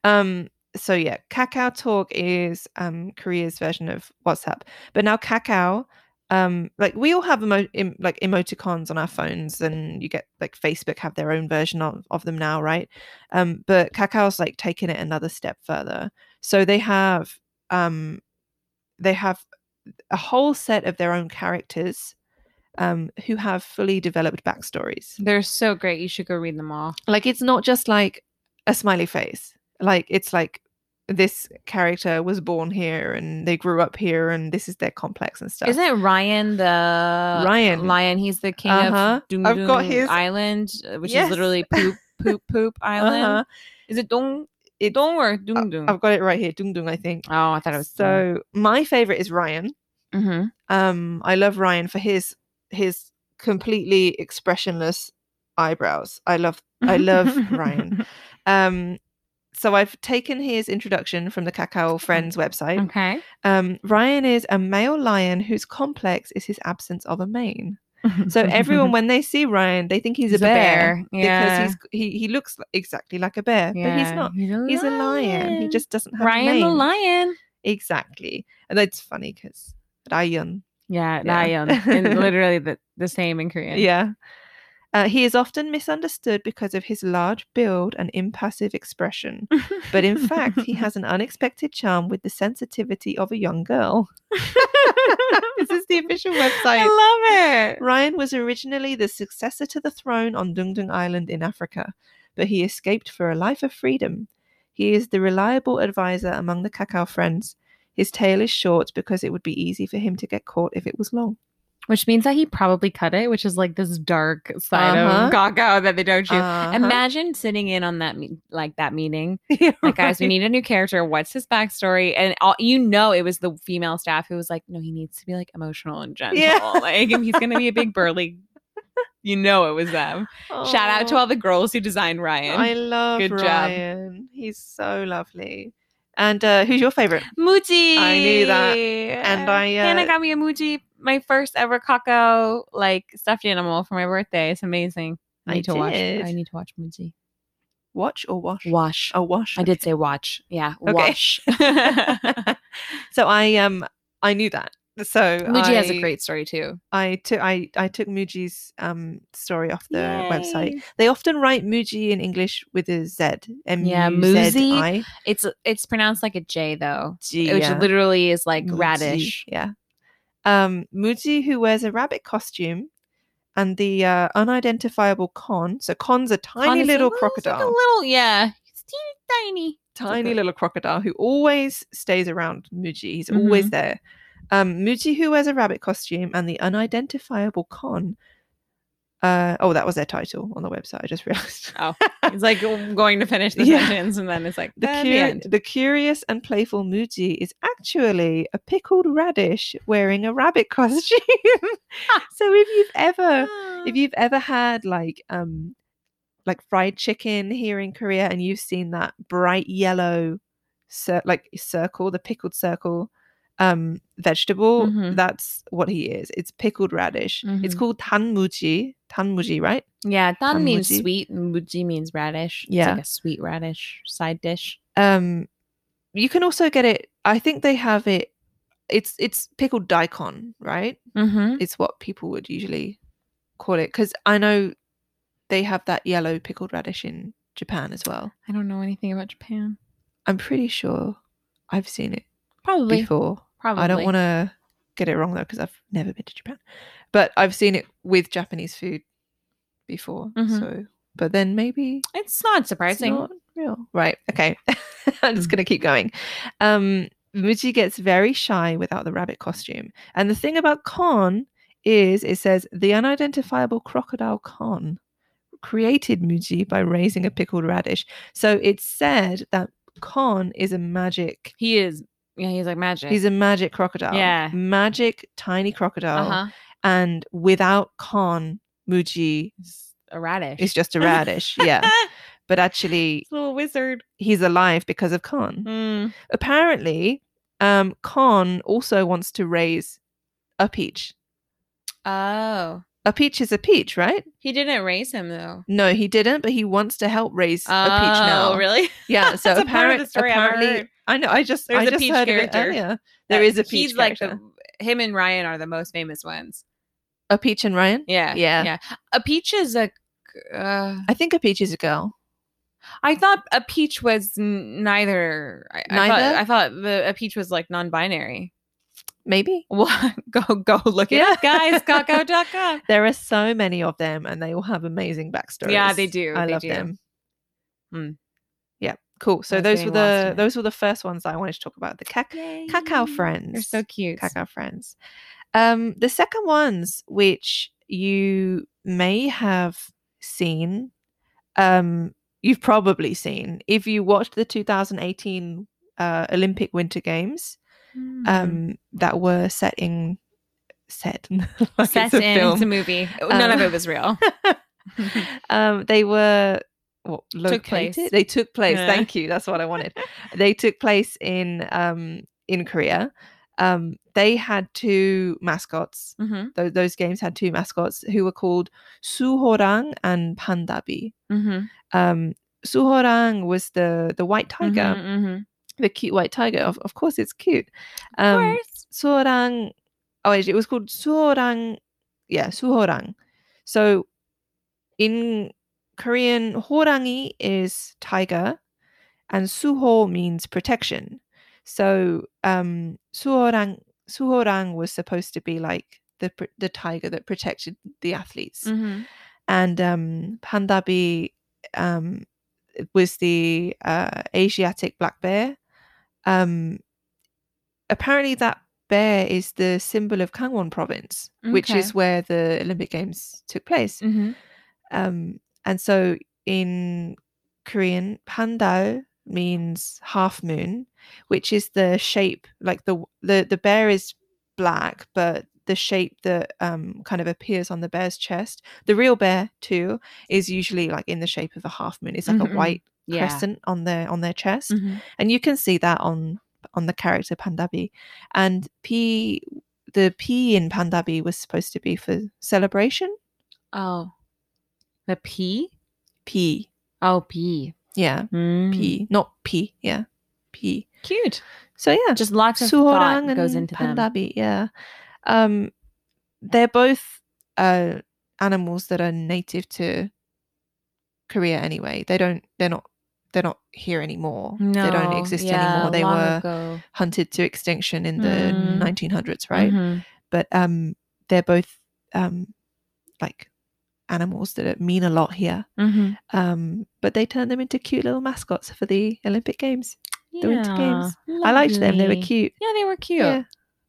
Speaker 1: Um, so yeah, Kakao Talk is um Korea's version of WhatsApp. But now Kakao um like we all have emo- em- like emoticons on our phones and you get like facebook have their own version of, of them now right um but kakao's like taking it another step further so they have um they have a whole set of their own characters um who have fully developed backstories
Speaker 2: They're so great. You should go read them all.
Speaker 1: like it's not just like a smiley face like it's like this character was born here and they grew up here and this is their complex and stuff
Speaker 2: Isn't it Ryan the
Speaker 1: Ryan.
Speaker 2: Lion, he's the king
Speaker 1: Uh-huh.
Speaker 2: of Doom
Speaker 1: I've got
Speaker 2: Doom
Speaker 1: his-
Speaker 2: Island, uh, which
Speaker 1: Yes.
Speaker 2: is literally poop, poop, poop island.
Speaker 1: Uh-huh.
Speaker 2: Is it Dong?
Speaker 1: It's-
Speaker 2: Dong or Doom Doom?
Speaker 1: i've got it right here dung dung i think
Speaker 2: oh, I thought it was
Speaker 1: so my favorite is ryan
Speaker 2: hmm
Speaker 1: um i love ryan for his his completely expressionless eyebrows i love I
Speaker 2: Mm-hmm.
Speaker 1: love Ryan. um so i've taken his introduction from the cacao friends
Speaker 2: Mm-hmm.
Speaker 1: website
Speaker 2: Okay.
Speaker 1: um ryan is a male lion whose complex is his absence of a mane so
Speaker 2: Mm-hmm.
Speaker 1: everyone when they see ryan they think he's, a bear,
Speaker 2: Yeah.
Speaker 1: because he's he, he looks li- exactly like a bear but he's
Speaker 2: Yeah.
Speaker 1: not he's a lion he just doesn't have a
Speaker 2: Ryan
Speaker 1: mane
Speaker 2: the lion.
Speaker 1: exactly and that's funny because ryan
Speaker 2: Yeah,
Speaker 1: Yeah.
Speaker 2: lion. and literally the, the same in Korean.
Speaker 1: Yeah. Uh, he is often misunderstood because of his large build and impassive expression. But in fact, he has an unexpected charm with the sensitivity of a young girl. this is the official website.
Speaker 2: I love it.
Speaker 1: Ryan was originally the successor to the throne on Dung Dung Island in Africa, but he escaped for a life of freedom. He is the reliable advisor among the Kakao friends. His tail is short because it would be easy for him to get caught if it was long.
Speaker 2: Which means that he probably cut it, which is like this dark side
Speaker 1: Uh-huh.
Speaker 2: of Gaga that they don't choose.
Speaker 1: Uh-huh.
Speaker 2: Imagine sitting in on that me- like that meeting. Like, guys, we need a new character. What's his backstory? And all, you know, it was the female staff who was like, "No, he needs to be like emotional and gentle.
Speaker 1: Yeah.
Speaker 2: Like, if he's gonna be a big burly." You know, it was them. Shout out to
Speaker 1: Aw.
Speaker 2: all the girls who designed Ryan.
Speaker 1: Oh, I love
Speaker 2: Good job.
Speaker 1: Ryan. He's so lovely. And uh, who's your favorite?
Speaker 2: Muji.
Speaker 1: I knew that. And I, uh,
Speaker 2: Hannah got me a Muji, my first ever Kako like stuffed animal for my birthday. It's amazing. I
Speaker 1: I
Speaker 2: need to watch.
Speaker 1: did.
Speaker 2: I need to watch Muji.
Speaker 1: Watch or wash?
Speaker 2: Wash.
Speaker 1: Oh, wash.
Speaker 2: I did say watch. Yeah,
Speaker 1: Okay.
Speaker 2: wash.
Speaker 1: okay. so I um I knew that. So
Speaker 2: Muji has a
Speaker 1: I-
Speaker 2: great story too.
Speaker 1: I took I I took Muji's um story off the website. They often write Muji in English with a Z.
Speaker 2: Yeah,
Speaker 1: M-U-Z-I.
Speaker 2: It's it's pronounced like a J though,
Speaker 1: Gee,
Speaker 2: which
Speaker 1: yeah.
Speaker 2: literally is like
Speaker 1: Muji,
Speaker 2: radish.
Speaker 1: Yeah. Um, Muji, who wears a rabbit costume, and the uh, unidentifiable Con. So Con's a tiny
Speaker 2: Honestly, well,
Speaker 1: little
Speaker 2: it's
Speaker 1: crocodile.
Speaker 2: Like a little, yeah. It's teeny tiny.
Speaker 1: tiny
Speaker 2: good.
Speaker 1: little crocodile who always stays around Muji. He's always there. Um, Muji, who wears a rabbit costume, and the unidentifiable Con. Uh, oh, that was their title on the website. I just realized.
Speaker 2: Oh, It's like going to finish the
Speaker 1: Yeah.
Speaker 2: sentence and then it's like
Speaker 1: The,
Speaker 2: "And
Speaker 1: curi-
Speaker 2: Uh, end."
Speaker 1: the curious and playful Muji is actually a pickled radish wearing a rabbit costume. so if you've ever Uh,
Speaker 2: Ah.
Speaker 1: if you've ever had like um like fried chicken here in Korea and you've seen that bright yellow cir- like circle the pickled circle um vegetable
Speaker 2: Mhm.
Speaker 1: that's what he is it's pickled radish it's
Speaker 2: Mhm.
Speaker 1: called tanmuji tanmuji right
Speaker 2: Yeah, that
Speaker 1: Um,
Speaker 2: means
Speaker 1: muji.
Speaker 2: sweet. and Muji means radish.
Speaker 1: Yeah.
Speaker 2: It's like a sweet radish side dish.
Speaker 1: um you can also get it i think they have it it's it's pickled daikon right
Speaker 2: Mm-hmm.
Speaker 1: it's what people would usually call it because i know they have that yellow pickled radish in japan as well
Speaker 2: I don't know anything about Japan.
Speaker 1: I'm pretty sure I've seen it
Speaker 2: Probably.
Speaker 1: before.
Speaker 2: Probably.
Speaker 1: I don't want to get it wrong though because I've never been to Japan, but I've seen it with Japanese food before.
Speaker 2: Mhm.
Speaker 1: So, but then maybe it's
Speaker 2: It's not surprising. Mm.
Speaker 1: not real, right? Okay, I'm just gonna keep going. Um, Muji gets very shy without the rabbit costume, and the thing about Khan is it says the unidentifiable crocodile Khan created Muji by raising a pickled radish. So it's said that Khan is a magic.
Speaker 2: He is. Yeah, he's like magic.
Speaker 1: He's a magic crocodile.
Speaker 2: Yeah.
Speaker 1: Magic tiny crocodile.
Speaker 2: uh-huh.
Speaker 1: And without Khan, Muji
Speaker 2: He's a radish.
Speaker 1: is just a radish. yeah. But actually,
Speaker 2: little wizard.
Speaker 1: he's alive because of Khan.
Speaker 2: Mm.
Speaker 1: Apparently, um, Khan also wants to raise a peach.
Speaker 2: Oh.
Speaker 1: A peach is a peach, right?
Speaker 2: He didn't raise him though.
Speaker 1: No, he didn't, but he wants to help raise
Speaker 2: Oh,
Speaker 1: a peach now.
Speaker 2: really?
Speaker 1: Yeah, so
Speaker 2: That's a part of
Speaker 1: apparent,
Speaker 2: the story I haven't
Speaker 1: apparently,
Speaker 2: heard.
Speaker 1: I know. I just
Speaker 2: There's
Speaker 1: I
Speaker 2: a
Speaker 1: just
Speaker 2: peach
Speaker 1: heard of it
Speaker 2: character.
Speaker 1: earlier. There is a peach
Speaker 2: He's like the,
Speaker 1: character.
Speaker 2: him and Ryan are the most famous ones.
Speaker 1: A Peach and Ryan?
Speaker 2: Yeah.
Speaker 1: Yeah.
Speaker 2: Yeah. A peach is a. Uh,
Speaker 1: I think a Peach is a girl.
Speaker 2: I thought a peach was n- neither. I, I thought,
Speaker 1: Neither?
Speaker 2: I thought the, a peach was like non-binary.
Speaker 1: Maybe.
Speaker 2: What? Go go look it
Speaker 1: Yeah.
Speaker 2: up, guys. Coco.com.
Speaker 1: There are so many of them and they all have amazing backstories.
Speaker 2: Yeah, they do.
Speaker 1: I
Speaker 2: They
Speaker 1: love
Speaker 2: do.
Speaker 1: them.
Speaker 2: Hmm.
Speaker 1: Yeah, cool. So
Speaker 2: was
Speaker 1: those
Speaker 2: getting
Speaker 1: were
Speaker 2: lost in
Speaker 1: the
Speaker 2: it.
Speaker 1: those were the first ones that I wanted to talk about. The cac- cacao friends.
Speaker 2: They're so cute.
Speaker 1: cacao friends. Um, the second ones, which you may have seen, um, you've probably seen if you watched the 2018 uh, Olympic Winter Games
Speaker 2: Mm.
Speaker 1: um, that were set in set like
Speaker 2: Set
Speaker 1: it's a
Speaker 2: in
Speaker 1: film.
Speaker 2: it's a movie. Oh, None of
Speaker 1: Um,
Speaker 2: it was real. Mm-hmm.
Speaker 1: um, they were what, located.
Speaker 2: Took place.
Speaker 1: They took place.
Speaker 2: Yeah.
Speaker 1: Thank you. That's what I wanted. they took place in um, in Korea. Um, they had two mascots.
Speaker 2: hmm
Speaker 1: Those, those games had two mascots who were called Suhorang and Pandabi.
Speaker 2: hmm
Speaker 1: Um, Suhorang was the the white tiger,
Speaker 2: Mm-hmm.
Speaker 1: the cute white tiger. Of, of course, it's cute.
Speaker 2: Of
Speaker 1: Um,
Speaker 2: course.
Speaker 1: Suorang. Oh, wait, it was called Suorang. Yeah, Suorang. So in Korean, Horangi is tiger and Suho means protection. So um, Suorang, Suorang was supposed to be like the, pr- the tiger that protected the athletes.
Speaker 2: Mhm.
Speaker 1: And um, Pandabi um, was the uh, Asiatic black bear. Um, apparently, that bear is the symbol of Kangwon province, which
Speaker 2: Okay.
Speaker 1: is where the Olympic Games took place.
Speaker 2: Mhm.
Speaker 1: Um, and so in Korean, pandao means half moon, which is the shape like the the the bear is black, but the shape that um, kind of appears on the bear's chest, the real bear too, is usually like in the shape of a half moon. It's like
Speaker 2: Mhm, mhm.
Speaker 1: a white
Speaker 2: Yeah.
Speaker 1: crescent on their on their chest,
Speaker 2: Mhm.
Speaker 1: and you can see that on on the character Pandabi, and P the P in Pandabi was supposed to be for celebration.
Speaker 2: Oh. The P?
Speaker 1: P,
Speaker 2: Oh, P.
Speaker 1: yeah,
Speaker 2: Mm.
Speaker 1: P, not P, yeah, P.
Speaker 2: Cute.
Speaker 1: So yeah,
Speaker 2: Just lots of
Speaker 1: Suhorang
Speaker 2: thought
Speaker 1: and
Speaker 2: goes into them.
Speaker 1: Pandabi, yeah. Um, they're both uh, animals that are native to Korea anyway. They don't. They're not. They're not here anymore. they don't
Speaker 2: No,
Speaker 1: exist
Speaker 2: yeah,
Speaker 1: anymore. They
Speaker 2: long
Speaker 1: were
Speaker 2: ago.
Speaker 1: hunted to extinction in the
Speaker 2: Mm.
Speaker 1: 1900s, right?
Speaker 2: Mhm.
Speaker 1: But um, they're both um, like animals that are- mean a lot here.
Speaker 2: Mhm.
Speaker 1: Um, but they turned them into cute little mascots for the Olympic Games. The Winter Games.
Speaker 2: Yeah,
Speaker 1: I liked them. They were
Speaker 2: lovely.
Speaker 1: cute.
Speaker 2: Yeah, Mm. they were cute.
Speaker 1: Yeah.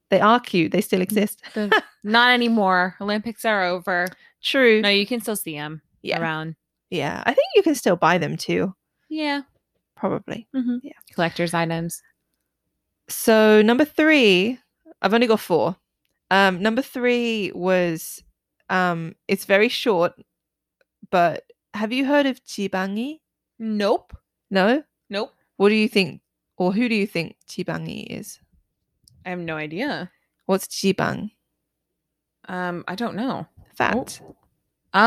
Speaker 1: They are cute. They still exist.
Speaker 2: The- not anymore. Olympics are over.
Speaker 1: True.
Speaker 2: No, you can still see them
Speaker 1: yeah.
Speaker 2: around.
Speaker 1: Yeah. I think you can still buy them too,
Speaker 2: Yeah.
Speaker 1: probably.
Speaker 2: Mhm.
Speaker 1: Yeah.
Speaker 2: Collector's items.
Speaker 1: So number three, I've only got four. Um, number three was um it's very short, but have you heard of Chibangi?
Speaker 2: Nope.
Speaker 1: No?
Speaker 2: Nope.
Speaker 1: What do you think or who do you think Chibangi is?
Speaker 2: I have no idea.
Speaker 1: What's Chibang?
Speaker 2: Um, I don't know.
Speaker 1: Fat.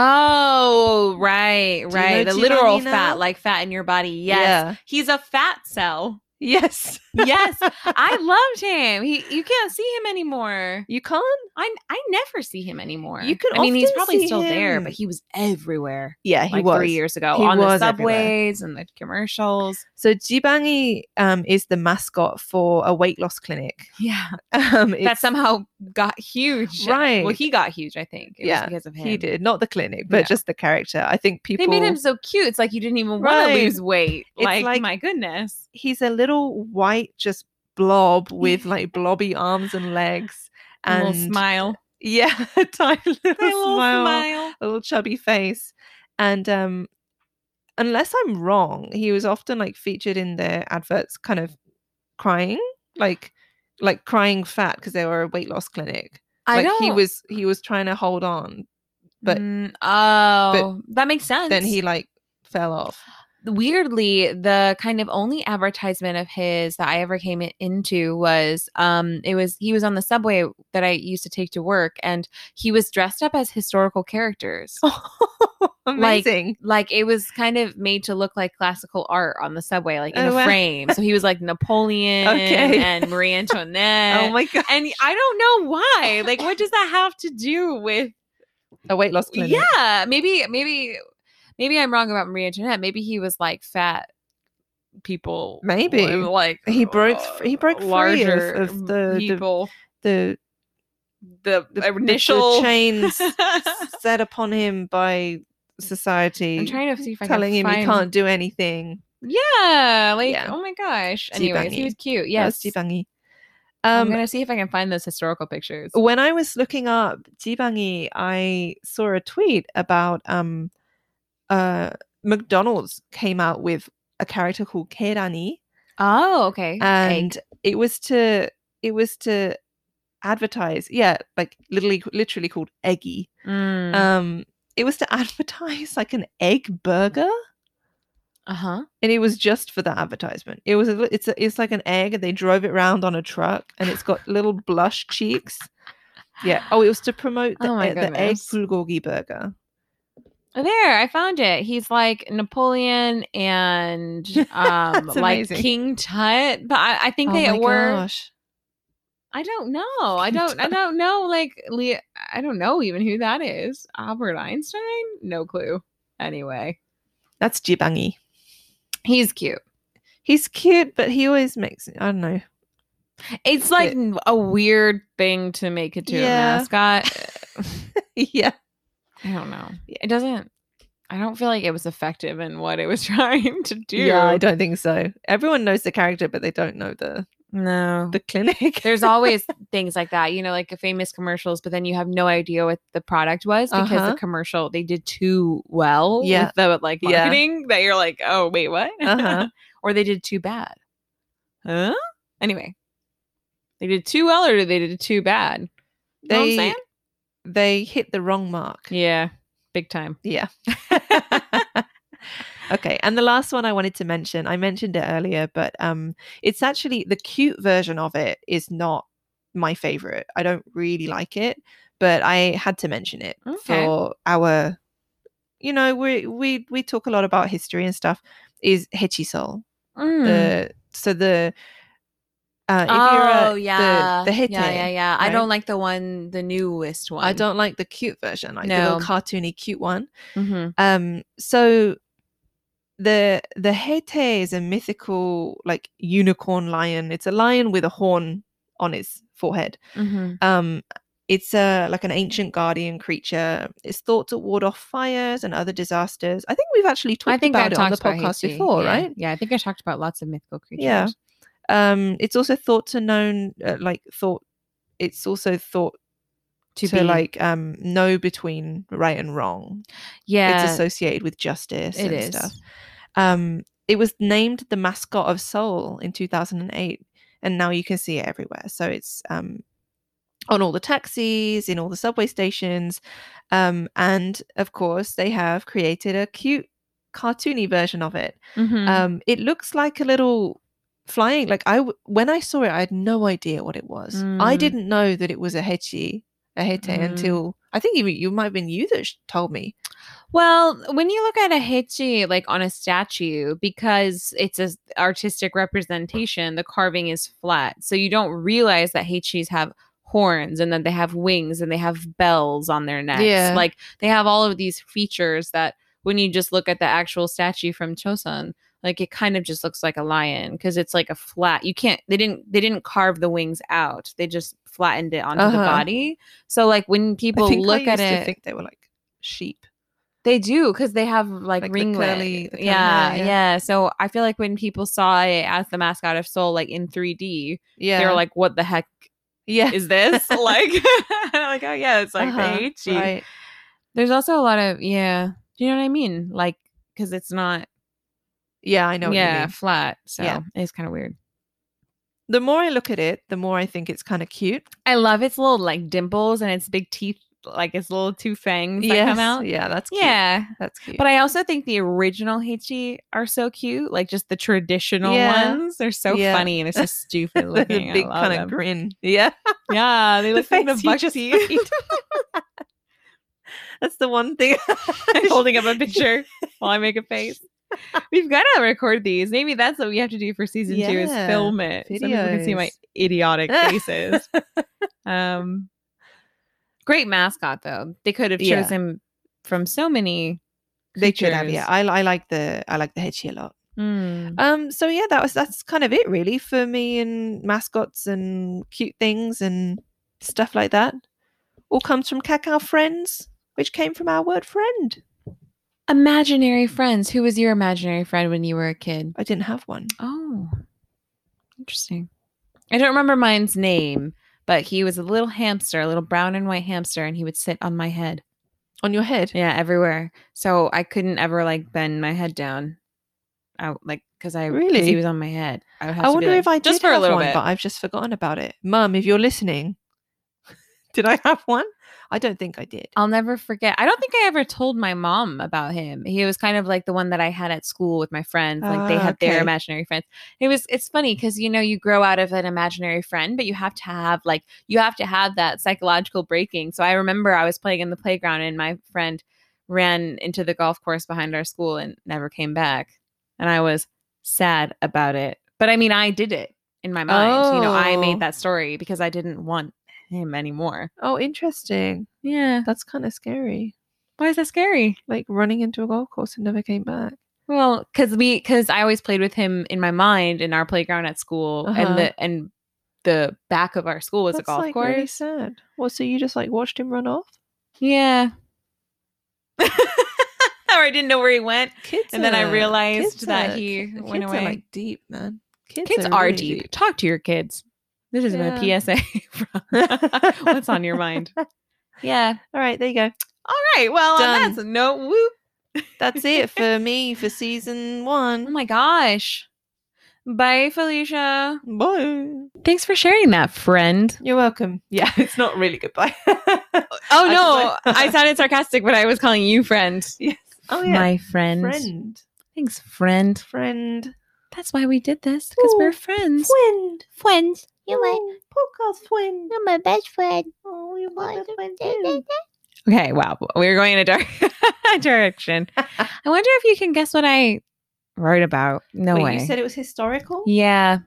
Speaker 2: Oh, right, right.
Speaker 1: know
Speaker 2: the literal
Speaker 1: Giovanni now?
Speaker 2: fat, like fat in your body. Yes.
Speaker 1: Yeah.
Speaker 2: He's a fat cell.
Speaker 1: Yes.
Speaker 2: Yes. I loved him. He you can't see him anymore.
Speaker 1: You can't?
Speaker 2: I I never see him anymore.
Speaker 1: You can
Speaker 2: I mean he's
Speaker 1: often
Speaker 2: probably
Speaker 1: see
Speaker 2: still there,
Speaker 1: him.
Speaker 2: but he was everywhere.
Speaker 1: Yeah, he
Speaker 2: like
Speaker 1: was.
Speaker 2: three years ago
Speaker 1: He
Speaker 2: on the
Speaker 1: was everywhere.
Speaker 2: subways and the commercials.
Speaker 1: So Jibangi um, is the mascot for a weight loss clinic.
Speaker 2: Yeah.
Speaker 1: Um, it's-
Speaker 2: that somehow got huge.
Speaker 1: Right.
Speaker 2: Well, he got huge, I think. It
Speaker 1: Yeah,
Speaker 2: was because of him.
Speaker 1: he did, not the clinic, but
Speaker 2: Yeah.
Speaker 1: just the character. I think people.
Speaker 2: They made him so cute. It's like you didn't even want to
Speaker 1: Right.
Speaker 2: lose weight.
Speaker 1: It's
Speaker 2: Like,
Speaker 1: like-
Speaker 2: my goodness.
Speaker 1: He's a little white, just blob with like blobby arms and legs,
Speaker 2: And
Speaker 1: and
Speaker 2: little smile.
Speaker 1: yeah, a tiny little,
Speaker 2: A little
Speaker 1: smile,
Speaker 2: smile.
Speaker 1: a little chubby face, and um, unless I'm wrong, he was often like featured in their adverts, kind of crying, like like crying fat because they were a weight loss clinic.
Speaker 2: I
Speaker 1: like
Speaker 2: don't.
Speaker 1: he was he was trying to hold on but-
Speaker 2: Mm, oh, that makes sense.
Speaker 1: then he like fell off
Speaker 2: weirdly the kind of only advertisement of his that I ever came in- into was um it was he was on the subway
Speaker 1: Oh.
Speaker 2: that I used to take to work and he was dressed up as historical characters.
Speaker 1: Amazing.
Speaker 2: like it was kind of made to look like classical art on the subway, like in
Speaker 1: Oh,
Speaker 2: a
Speaker 1: wow.
Speaker 2: frame. So he was like Napoleon
Speaker 1: Okay.
Speaker 2: and Marie Antoinette.
Speaker 1: oh my god.
Speaker 2: and I don't know why. Like, what does that have to do with?
Speaker 1: A weight loss clinic.
Speaker 2: Yeah, maybe, maybe, maybe I'm wrong about Marie Antoinette. Maybe he was like fat people.
Speaker 1: Maybe.
Speaker 2: were, like
Speaker 1: He broke f- he broke free of-
Speaker 2: larger
Speaker 1: of the- the-
Speaker 2: people.
Speaker 1: The,
Speaker 2: The,
Speaker 1: the the- the
Speaker 2: initial.
Speaker 1: chains set upon him by society.
Speaker 2: I'm trying to see if I
Speaker 1: telling
Speaker 2: can
Speaker 1: him
Speaker 2: find...
Speaker 1: he can't do anything.
Speaker 2: Yeah, like
Speaker 1: Yeah.
Speaker 2: oh my gosh.
Speaker 1: Steve
Speaker 2: Anyways,
Speaker 1: Bungie.
Speaker 2: he was cute.
Speaker 1: Yes,
Speaker 2: Yes, Oh
Speaker 1: Jibangi.
Speaker 2: I'm
Speaker 1: Um,
Speaker 2: gonna see if I can find those historical pictures.
Speaker 1: when I was looking up Jibangi, I saw a tweet about um, uh, McDonald's came out with a character called Kerani,
Speaker 2: Oh, okay.
Speaker 1: and it was to it was to advertise, yeah, like literally literally called Eggy.
Speaker 2: Mm.
Speaker 1: Um, it was to advertise like an egg burger.
Speaker 2: uh huh.
Speaker 1: and it was just for the advertisement. It was a, li- it's a, it's like an egg, and they drove it round on a truck, and it's got little blush cheeks. Yeah. Oh, it was to promote the,
Speaker 2: Oh my
Speaker 1: e- the egg
Speaker 2: goodness.
Speaker 1: bulgogi burger.
Speaker 2: There, I found it. He's like Napoleon and um
Speaker 1: That's
Speaker 2: like
Speaker 1: amazing.
Speaker 2: King Tut, but I, I think
Speaker 1: oh
Speaker 2: they
Speaker 1: my
Speaker 2: were.
Speaker 1: gosh.
Speaker 2: I don't know. I
Speaker 1: King
Speaker 2: don't. I
Speaker 1: Tut.
Speaker 2: don't know. Like, Le- I don't know even who that is. Albert Einstein? No clue. Anyway,
Speaker 1: That's Jibangi.
Speaker 2: he's cute.
Speaker 1: He's cute, but he always makes I don't know.
Speaker 2: It's like n- a weird thing to make it to
Speaker 1: Yeah.
Speaker 2: a mascot.
Speaker 1: yeah.
Speaker 2: I don't know.
Speaker 1: Yeah.
Speaker 2: It doesn't. I don't feel like it was effective in what it was trying to do.
Speaker 1: Yeah, I don't think so. Everyone knows the character, but they don't know the
Speaker 2: No.
Speaker 1: the clinic.
Speaker 2: There's always things like that, you know, like famous commercials, but then you have no idea what the product was because
Speaker 1: Uh-huh.
Speaker 2: the commercial they did too well
Speaker 1: Yeah.
Speaker 2: with the like
Speaker 1: Yeah.
Speaker 2: marketing that you're like, oh wait, what?
Speaker 1: Uh-huh.
Speaker 2: or they did too bad. Huh? Anyway, they did too well or they did too bad. You know what I'm
Speaker 1: They-
Speaker 2: saying?
Speaker 1: they hit the wrong mark.
Speaker 2: Yeah, big time.
Speaker 1: Yeah. okay. And the last one I wanted to mention, I mentioned it earlier, but um it's actually the cute version of it is not my favorite. I don't really like it, but I had to mention it
Speaker 2: Okay.
Speaker 1: for our you know, we we we talk a lot about history and stuff is Hechisol.
Speaker 2: Mm.
Speaker 1: The so the uh if
Speaker 2: oh
Speaker 1: you're a,
Speaker 2: yeah,
Speaker 1: the hit
Speaker 2: yeah, yeah, yeah. I
Speaker 1: right?
Speaker 2: don't like the one, the newest one.
Speaker 1: I don't like the cute version, like the little
Speaker 2: No.
Speaker 1: cartoony cute one.
Speaker 2: Mhm.
Speaker 1: Um, so the the hete is a mythical like unicorn lion. It's a lion with a horn on its forehead.
Speaker 2: Mhm.
Speaker 1: Um, it's a like an ancient guardian creature. It's thought to ward off fires and other disasters. I think we've actually talked
Speaker 2: I think
Speaker 1: about
Speaker 2: I've
Speaker 1: it on
Speaker 2: talked
Speaker 1: the
Speaker 2: about
Speaker 1: podcast
Speaker 2: Haiti,
Speaker 1: before,
Speaker 2: yeah.
Speaker 1: right?
Speaker 2: Yeah, I think I talked about lots of mythical creatures.
Speaker 1: Yeah. Um, it's also thought to known uh, like thought. It's also thought
Speaker 2: to,
Speaker 1: to,
Speaker 2: be like
Speaker 1: like um know between right and wrong.
Speaker 2: yeah
Speaker 1: it's associated with justice
Speaker 2: it
Speaker 1: and
Speaker 2: is
Speaker 1: stuff. Um, it was named the mascot of Seoul in 2008, and now you can see it everywhere. So it's um, on all the taxis, in all the subway stations, um, and of course, they have created a cute, cartoony version of it.
Speaker 2: Mhm.
Speaker 1: Um, it looks like a little flying. Like I, w- when I saw it, I had no idea what it was. I
Speaker 2: Mm.
Speaker 1: didn't know that it was a hechi, a hete,
Speaker 2: Mm.
Speaker 1: until I think you, you might have been you that sh- told me.
Speaker 2: well when you look at a hitchi like on a statue because it's an artistic representation the carving is flat so you don't realize that hitchis have horns and that they have wings and they have bells on their necks
Speaker 1: Yeah.
Speaker 2: like they have all of these features that when you just look at the actual statue from chosun like it kind of just looks like a lion because it's like a flat you can't they didn't they didn't carve the wings out they just flattened it onto the
Speaker 1: Uh-huh.
Speaker 2: body so like when people
Speaker 1: I think
Speaker 2: look
Speaker 1: I
Speaker 2: at
Speaker 1: used
Speaker 2: it
Speaker 1: to think they were like sheep.
Speaker 2: They do because they have like,
Speaker 1: Like the
Speaker 2: ringlet.
Speaker 1: curly- the curly
Speaker 2: yeah,
Speaker 1: hair,
Speaker 2: yeah,
Speaker 1: yeah.
Speaker 2: So I feel like when people saw it as the mascot of Soul, like in 3D,
Speaker 1: Yeah,
Speaker 2: they were like, "What the heck
Speaker 1: yeah,
Speaker 2: is this?" like, and I'm like, "Oh yeah, it's like
Speaker 1: Uh-huh,
Speaker 2: the H.
Speaker 1: right.
Speaker 2: There's also a lot of yeah. Do you know what I mean? Like, because it's not
Speaker 1: Yeah, I know. What you
Speaker 2: yeah
Speaker 1: mean.
Speaker 2: flat, so
Speaker 1: Yeah.
Speaker 2: it's kind of weird.
Speaker 1: The more I look at it, the more I think it's kind of cute.
Speaker 2: I love its little like dimples and its big teeth, like its little two fangs that
Speaker 1: Yes,
Speaker 2: come out.
Speaker 1: Yeah, that's cute.
Speaker 2: Yeah,
Speaker 1: that's cute.
Speaker 2: But I also think the original Heichi are so cute, like just the traditional
Speaker 1: Yeah.
Speaker 2: ones. They're so
Speaker 1: Yeah.
Speaker 2: funny and they're so stupid
Speaker 1: the
Speaker 2: looking. I
Speaker 1: big
Speaker 2: love
Speaker 1: kind
Speaker 2: them.
Speaker 1: of grin. Yeah,
Speaker 2: Yeah, they
Speaker 1: the
Speaker 2: look like
Speaker 1: face
Speaker 2: the
Speaker 1: he
Speaker 2: buck
Speaker 1: just
Speaker 2: teeth.
Speaker 1: made. That's the one thing.
Speaker 2: I'm holding up a picture while I make a face. We've got to record these. Maybe that's what we have to do for season two is
Speaker 1: Yeah,
Speaker 2: film it. So people can see my idiotic faces. um, great mascot though. They could have
Speaker 1: Yeah.
Speaker 2: chosen from so many.
Speaker 1: they could have.
Speaker 2: creatures.
Speaker 1: Yeah, I, I like the I like the Hitchy a lot.
Speaker 2: Mm.
Speaker 1: Um, so yeah, that was that's kind of it really for me and mascots and cute things and stuff like that. All comes from Kakao Friends, which came from our word friend.
Speaker 2: Imaginary friends. Who was your imaginary friend when you were a kid?
Speaker 1: I didn't have one.
Speaker 2: Oh, interesting. I don't remember mine's name, but he was a little hamster, a little brown and white hamster, and he would sit on my head.
Speaker 1: On your head.
Speaker 2: Yeah, everywhere. So I couldn't ever like bend my head down. I like because I 'cause
Speaker 1: Really?
Speaker 2: he was on my head. I, would have
Speaker 1: I
Speaker 2: to be
Speaker 1: wonder
Speaker 2: like,
Speaker 1: if I did
Speaker 2: just for a
Speaker 1: have
Speaker 2: little
Speaker 1: one,
Speaker 2: bit.
Speaker 1: but I've just forgotten about it. Mum, if you're listening, did I have one? I don't think I did.
Speaker 2: I'll never forget. I don't think I ever told my mom about him. He was kind of like the one that I had at school with my friends. Like they
Speaker 1: Ah,
Speaker 2: had
Speaker 1: okay.
Speaker 2: their imaginary friends. It was it's funny because you know you grow out of an imaginary friend, but you have to have like you have to have that psychological breaking. So I remember I was playing in the playground and my friend ran into the golf course behind our school and never came back. And I was sad about it. But I mean I did it in my mind. You know, I
Speaker 1: Oh.
Speaker 2: made that story because I didn't want him anymore.
Speaker 1: Oh, interesting.
Speaker 2: Yeah.
Speaker 1: That's kind of scary.
Speaker 2: Why is that scary?
Speaker 1: Like running into a golf course and never came back.
Speaker 2: Well, because we, because I always played with him in my mind in our playground at school,
Speaker 1: Uh-huh.
Speaker 2: and the and the back of our school was
Speaker 1: That's
Speaker 2: a golf
Speaker 1: like
Speaker 2: course.
Speaker 1: really sad. Well, so you just like watched him run off?
Speaker 2: Yeah. or I didn't know where he went,
Speaker 1: Kids,
Speaker 2: and then I
Speaker 1: are-
Speaker 2: realized
Speaker 1: kids
Speaker 2: that
Speaker 1: are-
Speaker 2: he
Speaker 1: ki-
Speaker 2: went
Speaker 1: kids
Speaker 2: away.
Speaker 1: Are like deep, man.
Speaker 2: kids are
Speaker 1: really
Speaker 2: deep. Talk to your kids. This has been a PSA from what's on your mind. Yeah.
Speaker 1: All right, there you go.
Speaker 2: All right. Well,
Speaker 1: Done.
Speaker 2: that's no whoop.
Speaker 1: That's it for me for season
Speaker 2: Oh
Speaker 1: one.
Speaker 2: my gosh. Bye, Felicia.
Speaker 1: Bye.
Speaker 2: Thanks for sharing that, friend.
Speaker 1: You're welcome. Yeah, it's not really goodbye.
Speaker 2: Oh
Speaker 1: I
Speaker 2: no,
Speaker 1: just like-
Speaker 2: I sounded sarcastic, but I was calling you friend.
Speaker 1: yes. Oh yeah.
Speaker 2: My friend.
Speaker 1: friend.
Speaker 2: Thanks, friend.
Speaker 1: Friend.
Speaker 2: That's why we did this because
Speaker 3: Ooh.
Speaker 2: we're friends.
Speaker 3: friend. Friends. You're my
Speaker 1: Oh, podcast friend.
Speaker 3: you're my best friend.
Speaker 1: Oh, you're my best friend
Speaker 3: Friend.
Speaker 1: too.
Speaker 2: Okay, wow, we were going in a dark direction. I wonder if you can guess what I wrote about. No
Speaker 1: Wait,
Speaker 2: way.
Speaker 1: you said it was historical?
Speaker 2: yeah,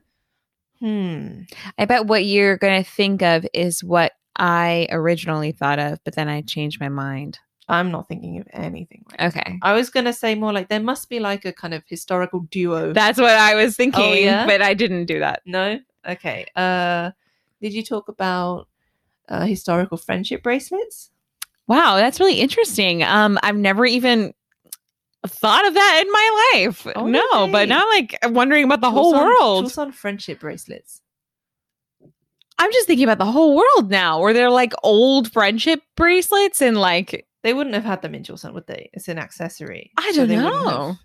Speaker 1: Hmm.
Speaker 2: I bet what you're gonna think of is what I originally thought of, but then I changed my mind.
Speaker 1: I'm not thinking of anything right
Speaker 2: Okay.
Speaker 1: I was gonna say more like there must be like a kind of historical duo.
Speaker 2: That's what I was thinking,
Speaker 1: Oh, yeah?
Speaker 2: but I didn't do that.
Speaker 1: no? Okay. Uh did you talk about uh historical friendship bracelets?
Speaker 2: Wow, that's really interesting. Um, I've never even thought of that in my life.
Speaker 1: Oh,
Speaker 2: no,
Speaker 1: okay.
Speaker 2: but now like I'm wondering about the whole
Speaker 1: Chaucer-
Speaker 2: world.
Speaker 1: Chaucer friendship bracelets.
Speaker 2: I'm just thinking about the whole world now, where they're like old friendship bracelets and like
Speaker 1: They wouldn't have had them in Chilson, would they? It's an accessory.
Speaker 2: I
Speaker 1: so
Speaker 2: don't
Speaker 1: they wouldn't have-
Speaker 2: know.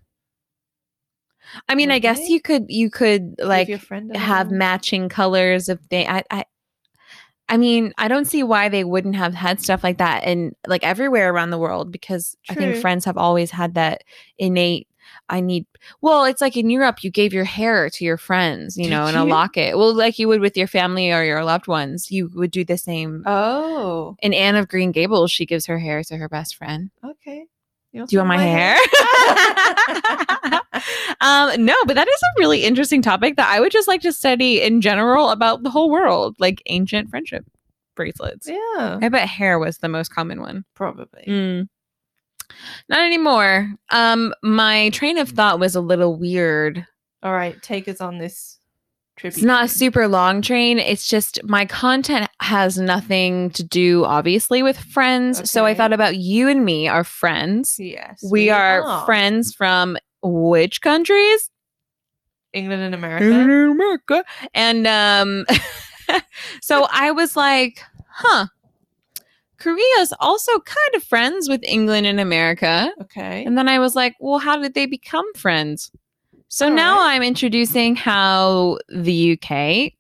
Speaker 2: I mean, I guess
Speaker 1: Okay.
Speaker 2: you could you could
Speaker 1: Give
Speaker 2: like
Speaker 1: your friend a
Speaker 2: have
Speaker 1: little-
Speaker 2: matching colors of they I, I I mean, I don't see why they wouldn't have had stuff like that and like everywhere around the world because I think
Speaker 1: True.
Speaker 2: friends have always had that innate I need well, it's like in Europe you gave your hair to your friends, you
Speaker 1: Did
Speaker 2: know, in a
Speaker 1: you?
Speaker 2: locket. Well, like you would with your family or your loved ones. You would do the same.
Speaker 1: Oh,
Speaker 2: in Anne of Green Gables, she gives her hair to her best friend.
Speaker 1: okay.
Speaker 2: Do you want my hair? um, no, but that is a really interesting topic that I would just like to study in general about the whole world, like ancient friendship bracelets.
Speaker 1: yeah, Mm.
Speaker 2: I bet hair was the most common one. Mm.
Speaker 1: probably.
Speaker 2: Not anymore. Um, my train of thought was a little weird.
Speaker 1: All right, take us on this trip.
Speaker 2: It's not a super long train. It's just my content has nothing to do, obviously, with friends. So I
Speaker 1: Okay.
Speaker 2: thought about you and me are friends.
Speaker 1: Yes,
Speaker 2: We are friends from which countries?
Speaker 1: England and
Speaker 2: Mm-hmm.
Speaker 1: America.
Speaker 2: America. And um, so I was like, huh, Korea's also kind of friends with England and America.
Speaker 1: Okay.
Speaker 2: And then I was like, well, how did they become friends? So
Speaker 1: All
Speaker 2: now
Speaker 1: right.
Speaker 2: I'm introducing how the UK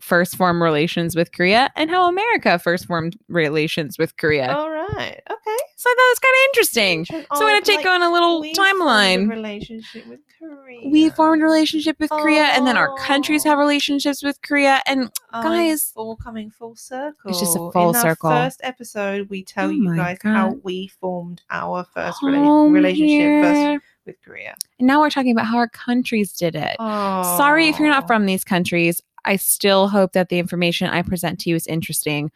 Speaker 2: first formed relations with Korea and how America first formed relations with Korea.
Speaker 1: All right. Okay.
Speaker 2: So I thought it was kind of interesting.
Speaker 1: Inter-
Speaker 2: So I'm
Speaker 1: oh,
Speaker 2: gonna take
Speaker 1: like,
Speaker 2: on a little
Speaker 1: we formed a
Speaker 2: timeline.
Speaker 1: relationship with Korea.
Speaker 2: We formed a relationship with Korea, and then our countries
Speaker 1: Oh.
Speaker 2: have relationships with Korea. And
Speaker 1: Oh,
Speaker 2: guys.
Speaker 1: it's all coming full circle.
Speaker 2: just a
Speaker 1: In
Speaker 2: full
Speaker 1: our
Speaker 2: circle.
Speaker 1: First episode, we tell
Speaker 2: Oh
Speaker 1: you
Speaker 2: my
Speaker 1: guys how
Speaker 2: God. Oh,
Speaker 1: we formed our first rela-
Speaker 2: home
Speaker 1: relationship first
Speaker 2: here-
Speaker 1: with Korea.
Speaker 2: and now we're talking about how our countries did it.
Speaker 1: Oh,
Speaker 2: Sorry if you're not from these countries. I still hope that the information I present to you is interesting.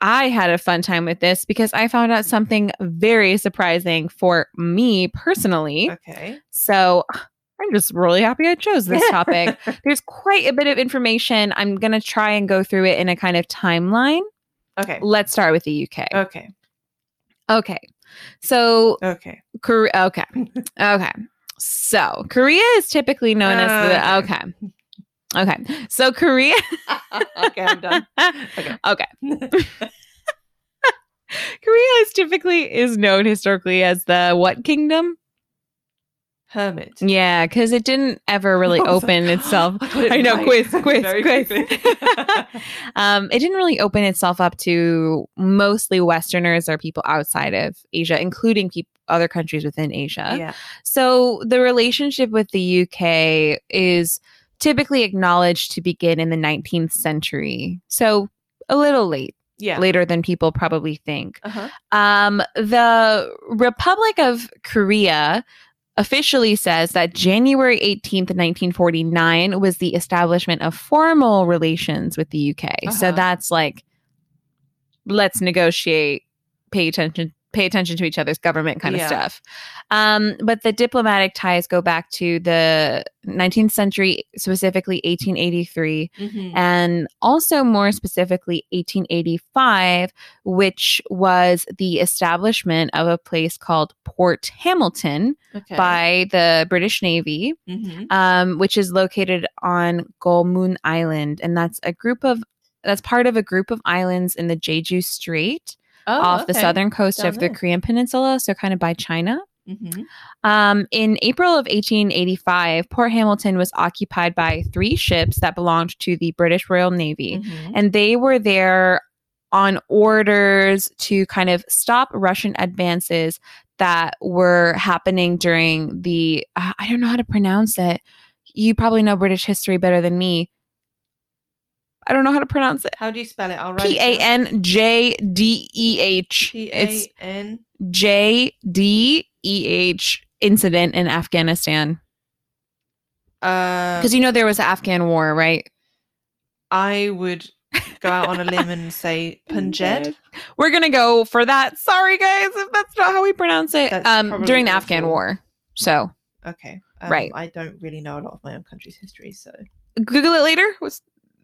Speaker 2: I had a fun time with this because I found out something very surprising for me personally.
Speaker 1: Okay.
Speaker 2: So I'm just really happy I chose this topic. There's quite a bit of information. I'm going to try and go through it in a kind of timeline.
Speaker 1: okay.
Speaker 2: Let's start with the UK.
Speaker 1: Okay.
Speaker 2: Okay. So,
Speaker 1: Okay.
Speaker 2: Korea. Okay. Okay. So, Korea is typically known
Speaker 1: Uh,
Speaker 2: as the. Okay. Okay. So, Korea.
Speaker 1: okay. I'm done. Okay.
Speaker 2: Okay. Korea is typically is known historically as the what kingdom?
Speaker 1: Hermit.
Speaker 2: Yeah, because it didn't ever really
Speaker 1: I was like,
Speaker 2: open itself.
Speaker 1: I, got it
Speaker 2: I know,
Speaker 1: right.
Speaker 2: quiz, quiz,
Speaker 1: Very
Speaker 2: quiz.
Speaker 1: quickly.
Speaker 2: um, it didn't really open itself up to mostly Westerners or people outside of Asia, including peop other countries within Asia.
Speaker 1: yeah.
Speaker 2: So the relationship with the UK is typically acknowledged to begin in the 19th century. So a little late,
Speaker 1: Yeah.
Speaker 2: later than people probably think.
Speaker 1: Uh-huh.
Speaker 2: Um, the Republic of Korea officially says that January 18th, 1949 was the establishment of formal relations with the UK. So
Speaker 1: Uh-huh.
Speaker 2: that's like let's negotiate, pay attention pay attention to each other's government kind
Speaker 1: Yeah.
Speaker 2: of stuff. Um, but the diplomatic ties go back to the 19th century, specifically 1883
Speaker 1: Mhm.
Speaker 2: and also more specifically 1885 which was the establishment of a place called port hamilton
Speaker 1: Okay.
Speaker 2: by the british navy
Speaker 1: Mhm.
Speaker 2: um, which is located on Golmun Island, and that's a group of that's part of a group of islands in the Jeju Strait
Speaker 1: Oh,
Speaker 2: off the
Speaker 1: okay.
Speaker 2: southern coast
Speaker 1: Down
Speaker 2: of
Speaker 1: there.
Speaker 2: the Korean Peninsula, so kind of by China.
Speaker 1: Mhm.
Speaker 2: Um, in April of 1885, Port Hamilton was occupied by three ships that belonged to the British Royal Navy,
Speaker 1: Mhm.
Speaker 2: and they were there on orders to kind of stop Russian advances that were happening during the uh, I don't know how to pronounce it. You probably know British history better than me. I don't know how to pronounce it.
Speaker 1: How do you spell it? I'll write
Speaker 2: P A N J D E H.
Speaker 1: P
Speaker 2: It's
Speaker 1: A N.
Speaker 2: J D E H incident in Afghanistan. Because
Speaker 1: Because
Speaker 2: you know there was an Afghan war, right?
Speaker 1: I would go out on a limb and say Punjab.
Speaker 2: We're gonna go for that. Sorry guys, if that's not how we pronounce it.
Speaker 1: That's
Speaker 2: Um
Speaker 1: probably
Speaker 2: during the
Speaker 1: awful.
Speaker 2: Afghan war. So
Speaker 1: Okay. um,
Speaker 2: Right.
Speaker 1: I don't really know a lot of my own country's history, so
Speaker 2: Google it later. Was-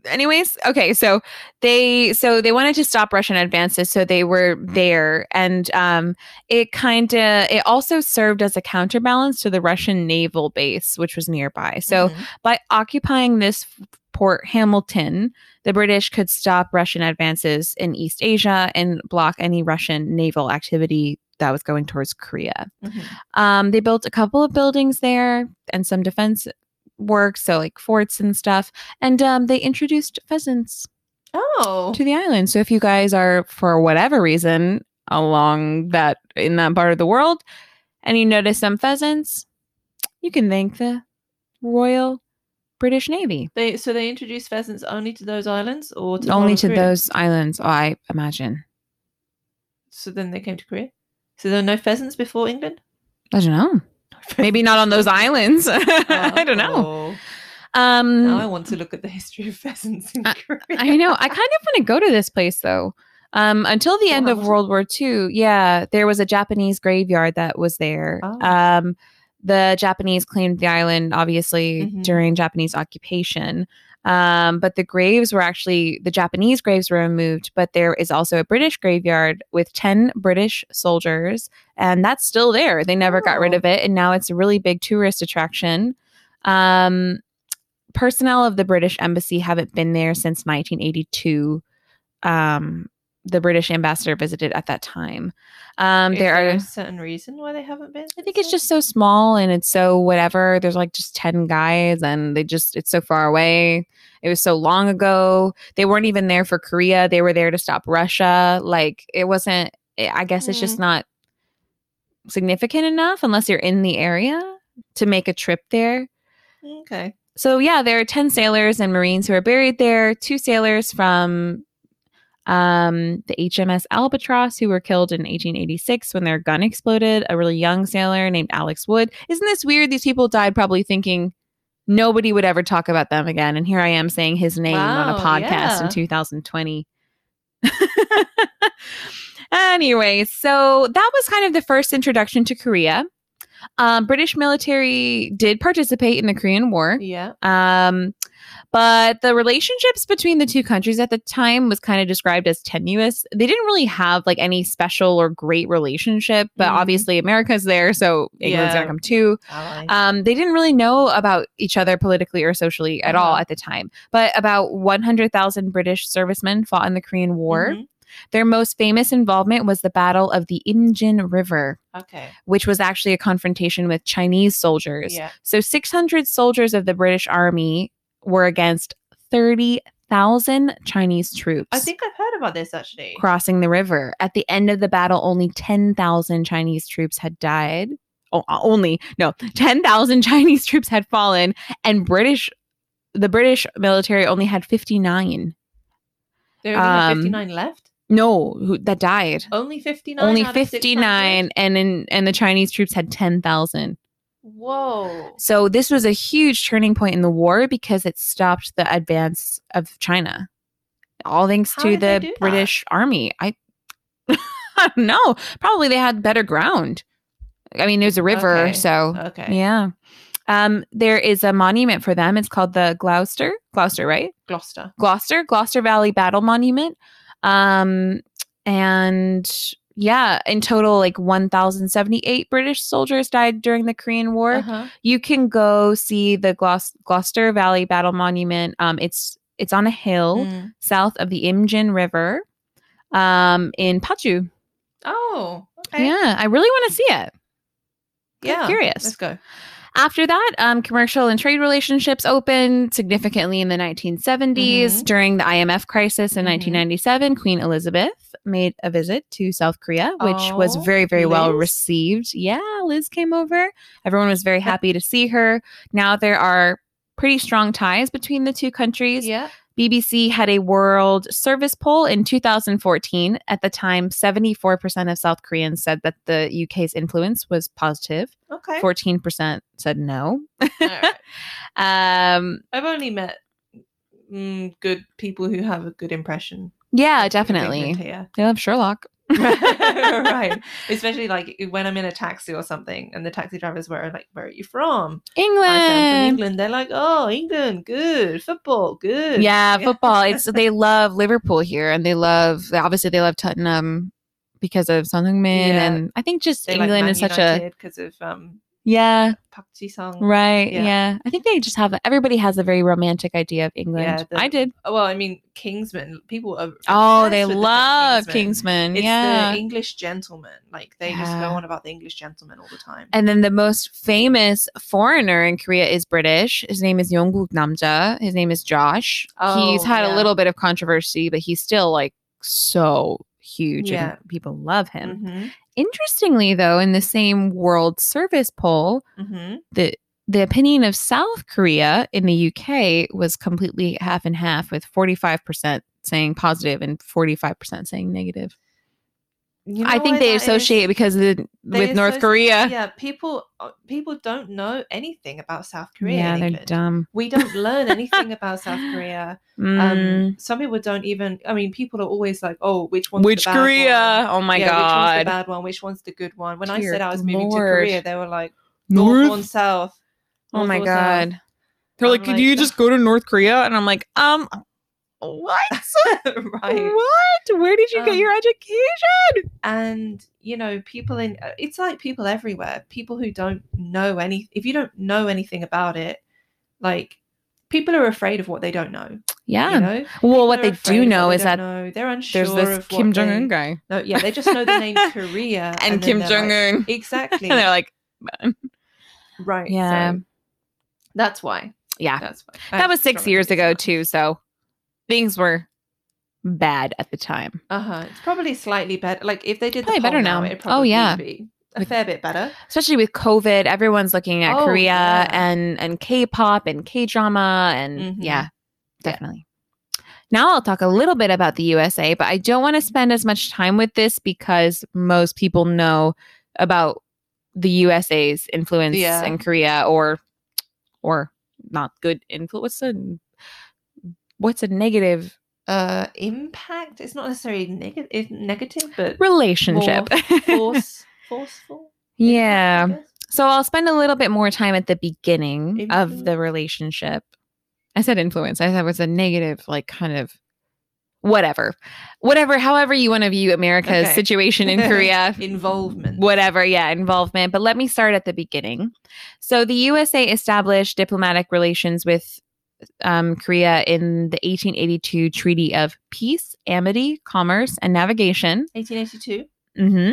Speaker 2: Anyways, okay, so they so they wanted to stop Russian advances, so they were there, and um, it kind of it also served as a counterbalance to the Russian naval base, which was nearby. So
Speaker 1: Mhm.
Speaker 2: By occupying this f- port Hamilton, the British could stop Russian advances in East Asia and block any Russian naval activity that was going towards Korea.
Speaker 1: Mhm.
Speaker 2: Um, they built a couple of buildings there and some defense work, so like forts and stuff. And um, they introduced pheasants
Speaker 1: oh,
Speaker 2: to the island. So if you guys are, for whatever reason, along that in that part of the world, and you notice some pheasants, you can thank the Royal British Navy.
Speaker 1: they so they introduced pheasants only to those islands, or to all
Speaker 2: Only
Speaker 1: of
Speaker 2: to
Speaker 1: Korea?
Speaker 2: those islands, I imagine.
Speaker 1: So then they came to Korea. So there were no pheasants before England.
Speaker 2: I don't know. Maybe not on those islands. I don't know.
Speaker 1: Oh.
Speaker 2: Um,
Speaker 1: Now I want to look at the history of pheasants in Korea.
Speaker 2: I know. I kind of want to go to this place though. Um, until the
Speaker 1: Oh,
Speaker 2: end
Speaker 1: I
Speaker 2: of
Speaker 1: wasn't-
Speaker 2: World War II, yeah, there was a Japanese graveyard that was there.
Speaker 1: Oh.
Speaker 2: Um, the Japanese claimed the island, obviously,
Speaker 1: Mhm.
Speaker 2: during Japanese occupation. Um, but the graves were actually the Japanese graves were removed, but there is also a British graveyard with 10 British soldiers, and that's still there. They never got rid
Speaker 1: Oh.
Speaker 2: of it, and now it's a really big tourist attraction. Um, personnel of the British embassy haven't been there since 1982. Um, the British ambassador visited at that time. Um,
Speaker 1: Is
Speaker 2: there are
Speaker 1: a certain reason why they haven't been.
Speaker 2: I think it's just so small and it's so whatever. There's like just 10 guys and they just, it's so far away. It was so long ago. They weren't even there for Korea. They were there to stop Russia. Like it wasn't, I I guess it's just not significant enough unless you're in the area to make a trip there.
Speaker 1: okay.
Speaker 2: So yeah, there are 10 sailors and Marines who are buried there. Two sailors from um, the HMS Albatross who were killed in 1886 when their gun exploded. A really young sailor named Alex Wood. Isn't this weird? These people died probably thinking nobody would ever talk about them again, and here I am saying his name on a
Speaker 1: Wow,
Speaker 2: podcast
Speaker 1: yeah.
Speaker 2: in 2020. anyway, so that was kind of the first introduction to Korea. Um, British military did participate in the Korean War.
Speaker 1: Yeah.
Speaker 2: Um, but the relationships between the two countries at the time was kind of described as tenuous. They didn't really have like any special or great relationship, but
Speaker 1: Mhm.
Speaker 2: obviously America's there, so England's
Speaker 1: Yeah.
Speaker 2: gonna come too.
Speaker 1: Ally.
Speaker 2: Um, they didn't really know about each other politically or socially at all
Speaker 1: Uh-huh.
Speaker 2: at the time. But about 100,000 British servicemen fought in the Korean War.
Speaker 1: Mhm.
Speaker 2: Their most famous involvement was the Battle of the Imjin River,
Speaker 1: Okay.
Speaker 2: which was actually a confrontation with Chinese soldiers.
Speaker 1: Yeah.
Speaker 2: So 600 soldiers of the British Army were against 30,000 Chinese troops
Speaker 1: I think I've heard about this actually.
Speaker 2: crossing the river. At the end of the battle, only 10,000 Chinese troops had died. Oh, only, no, 10,000 Chinese troops had fallen, and British. The British military only had 59.
Speaker 1: There
Speaker 2: Um,
Speaker 1: are only 59 left.
Speaker 2: No, who, that died.
Speaker 1: Only 59.
Speaker 2: Only
Speaker 1: out of 600?
Speaker 2: 59 and in, and the Chinese troops had 10,000.
Speaker 1: Whoa.
Speaker 2: So this was a huge turning point in the war because it stopped the advance of China. All thanks
Speaker 1: How
Speaker 2: to
Speaker 1: did they
Speaker 2: the
Speaker 1: do that?
Speaker 2: British army. I, I don't know. Probably they had better ground. I mean, there's a river,
Speaker 1: Okay.
Speaker 2: so
Speaker 1: Okay.
Speaker 2: yeah. Um, there is a monument for them. It's called the Gloucester, Gloucester, right?
Speaker 1: Gloucester.
Speaker 2: Gloucester, Gloucester Valley Battle Monument. Um, and yeah, in total, like 1,078 British soldiers died during the Korean War
Speaker 1: Uh-huh.
Speaker 2: you can go see the Glouc- Gloucester Valley Battle Monument. Um, it's it's on a hill
Speaker 1: Mm.
Speaker 2: south of the Imjin River, um, in Paju.
Speaker 1: Oh. Okay.
Speaker 2: Yeah, I really want to see it.
Speaker 1: Yeah.
Speaker 2: curious.
Speaker 1: Let's go.
Speaker 2: After that, um, commercial and trade relationships opened significantly in the 1970s.
Speaker 1: Mhm.
Speaker 2: During the IMF crisis in
Speaker 1: Mhm.
Speaker 2: 1997, Queen Elizabeth made a visit to South Korea, which was
Speaker 1: Oh,
Speaker 2: very, very well
Speaker 1: Liz?
Speaker 2: received. Yeah, Liz came over. Everyone was very happy to see her. Now there are pretty strong ties between the two countries.
Speaker 1: Yeah.
Speaker 2: BBC had a world service poll in 2014. At the time, 74% of South Koreans said that the UK's influence was positive.
Speaker 1: Okay.
Speaker 2: Fourteen percent said no.
Speaker 1: All right.
Speaker 2: Um,
Speaker 1: I've only met mm, good people who have a good impression.
Speaker 2: yeah,
Speaker 1: of England
Speaker 2: definitely.
Speaker 1: Here.
Speaker 2: They love Sherlock.
Speaker 1: right. Especially like when I'm in a taxi or something and the taxi drivers were like, Where are you from? I said, "I'm from
Speaker 2: England.
Speaker 1: England. They're like, Oh, England, good. Football, good.
Speaker 2: Yeah, football. It's they love Liverpool here, and they love obviously they love Tottenham because of Sung Min,
Speaker 1: Yeah.
Speaker 2: and I think just
Speaker 1: They like
Speaker 2: England
Speaker 1: Man
Speaker 2: is such a Mm.
Speaker 1: United because of um
Speaker 2: yeah
Speaker 1: Park Ji Sung.
Speaker 2: right yeah.
Speaker 1: Yeah.
Speaker 2: I think they just have everybody has a very romantic idea of England.
Speaker 1: Yeah, the-
Speaker 2: I did.
Speaker 1: Oh, well, I mean Kingsman. People are
Speaker 2: Oh, they
Speaker 1: obsessed with the
Speaker 2: love
Speaker 1: Kingsman.
Speaker 2: Kingsman.
Speaker 1: It's
Speaker 2: yeah.
Speaker 1: the English gentleman. Like they just
Speaker 2: Yeah.
Speaker 1: go on about the English gentleman all the time.
Speaker 2: and then the most famous foreigner in Korea is British. His name is Yongguk Namja. His name is Josh. he's
Speaker 1: Oh,
Speaker 2: had a
Speaker 1: yeah.
Speaker 2: little bit of controversy, but he's still like so huge
Speaker 1: Yeah.
Speaker 2: and people love him.
Speaker 1: Mhm,
Speaker 2: Interestingly, though, in the same World Service poll,
Speaker 1: mhm.
Speaker 2: the the opinion of South Korea in the UK was completely half and half, with forty five percent saying positive and forty five percent saying negative.
Speaker 1: You
Speaker 2: I
Speaker 1: know
Speaker 2: think
Speaker 1: why
Speaker 2: they
Speaker 1: that is?
Speaker 2: associate because of the,
Speaker 1: They
Speaker 2: with North
Speaker 1: associ-
Speaker 2: Korea.
Speaker 1: Yeah, people uh, people don't know anything about South Korea.
Speaker 2: yeah,
Speaker 1: in
Speaker 2: they're
Speaker 1: England.
Speaker 2: dumb.
Speaker 1: We don't learn anything about South Korea.
Speaker 2: Mm.
Speaker 1: Um, some people don't even. I mean, people are always like, "Oh, which one's
Speaker 2: Which
Speaker 1: the bad
Speaker 2: Korea?
Speaker 1: One?
Speaker 2: Oh my
Speaker 1: yeah, which one's the
Speaker 2: god.
Speaker 1: bad one? Which one's the good one?" When I
Speaker 2: Dear
Speaker 1: said I was moving to
Speaker 2: Lord.
Speaker 1: Korea, they were like, "North, on South."
Speaker 2: Oh
Speaker 1: North
Speaker 2: my
Speaker 1: or South."
Speaker 2: god. They're
Speaker 1: I'm
Speaker 2: like, "Ah." could
Speaker 1: like-
Speaker 2: you just go to North Korea? And I'm like, um, what?
Speaker 1: right.
Speaker 2: What? Where did you get
Speaker 1: Um,
Speaker 2: your education?
Speaker 1: and you know people in uh, it's like people everywhere people who don't know any if you don't know anything about it like people are afraid of what they don't know.
Speaker 2: Yeah.
Speaker 1: You know?
Speaker 2: Well, what
Speaker 1: They're
Speaker 2: they
Speaker 1: afraid
Speaker 2: do
Speaker 1: of
Speaker 2: know
Speaker 1: what they
Speaker 2: is that
Speaker 1: don't know. they're unsure
Speaker 2: there's this
Speaker 1: of what
Speaker 2: Kim Jong Un
Speaker 1: they-
Speaker 2: guy
Speaker 1: No, yeah, they just know the name Korea
Speaker 2: and,
Speaker 1: then
Speaker 2: Kim
Speaker 1: they're like-
Speaker 2: Jong Un.
Speaker 1: exactly.
Speaker 2: And they're like,
Speaker 1: right.
Speaker 2: Yeah.
Speaker 1: so that's why.
Speaker 2: yeah.
Speaker 1: That's why.
Speaker 2: That was six years ago, too. So things were bad at the time.
Speaker 1: Uh huh. It's probably slightly better. Like if they did
Speaker 2: Probably
Speaker 1: the poll
Speaker 2: better
Speaker 1: now,
Speaker 2: now.
Speaker 1: it'd
Speaker 2: Oh,
Speaker 1: probably
Speaker 2: yeah.
Speaker 1: be a
Speaker 2: Like-
Speaker 1: fair bit better.
Speaker 2: Especially with COVID, everyone's looking at
Speaker 1: Oh,
Speaker 2: Korea
Speaker 1: yeah.
Speaker 2: and, and K pop and K drama. And
Speaker 1: Mhm.
Speaker 2: yeah, definitely. Now I'll talk a little bit about the USA, but I don't want to spend as much time with this because most people know about the USA's influence
Speaker 1: Yeah.
Speaker 2: in Korea or or not good influence. What's a what's a negative
Speaker 1: Uh, impact. It's not necessarily negative, negative, but
Speaker 2: relationship?
Speaker 1: force, forceful. impact, I
Speaker 2: yeah.
Speaker 1: guess.
Speaker 2: So I'll spend a little bit more time at the beginning of the
Speaker 1: Influence.
Speaker 2: relationship. I said influence. I thought it was a negative, like kind of whatever. Whatever, however you want to view America's
Speaker 1: Okay.
Speaker 2: situation in Korea.
Speaker 1: Involvement.
Speaker 2: Whatever, yeah, involvement. But let me start at the beginning. So the USA established diplomatic relations with um, Korea in the 1882 Treaty of Peace, Amity, Commerce, and Navigation.
Speaker 1: 1882. Mm-hmm.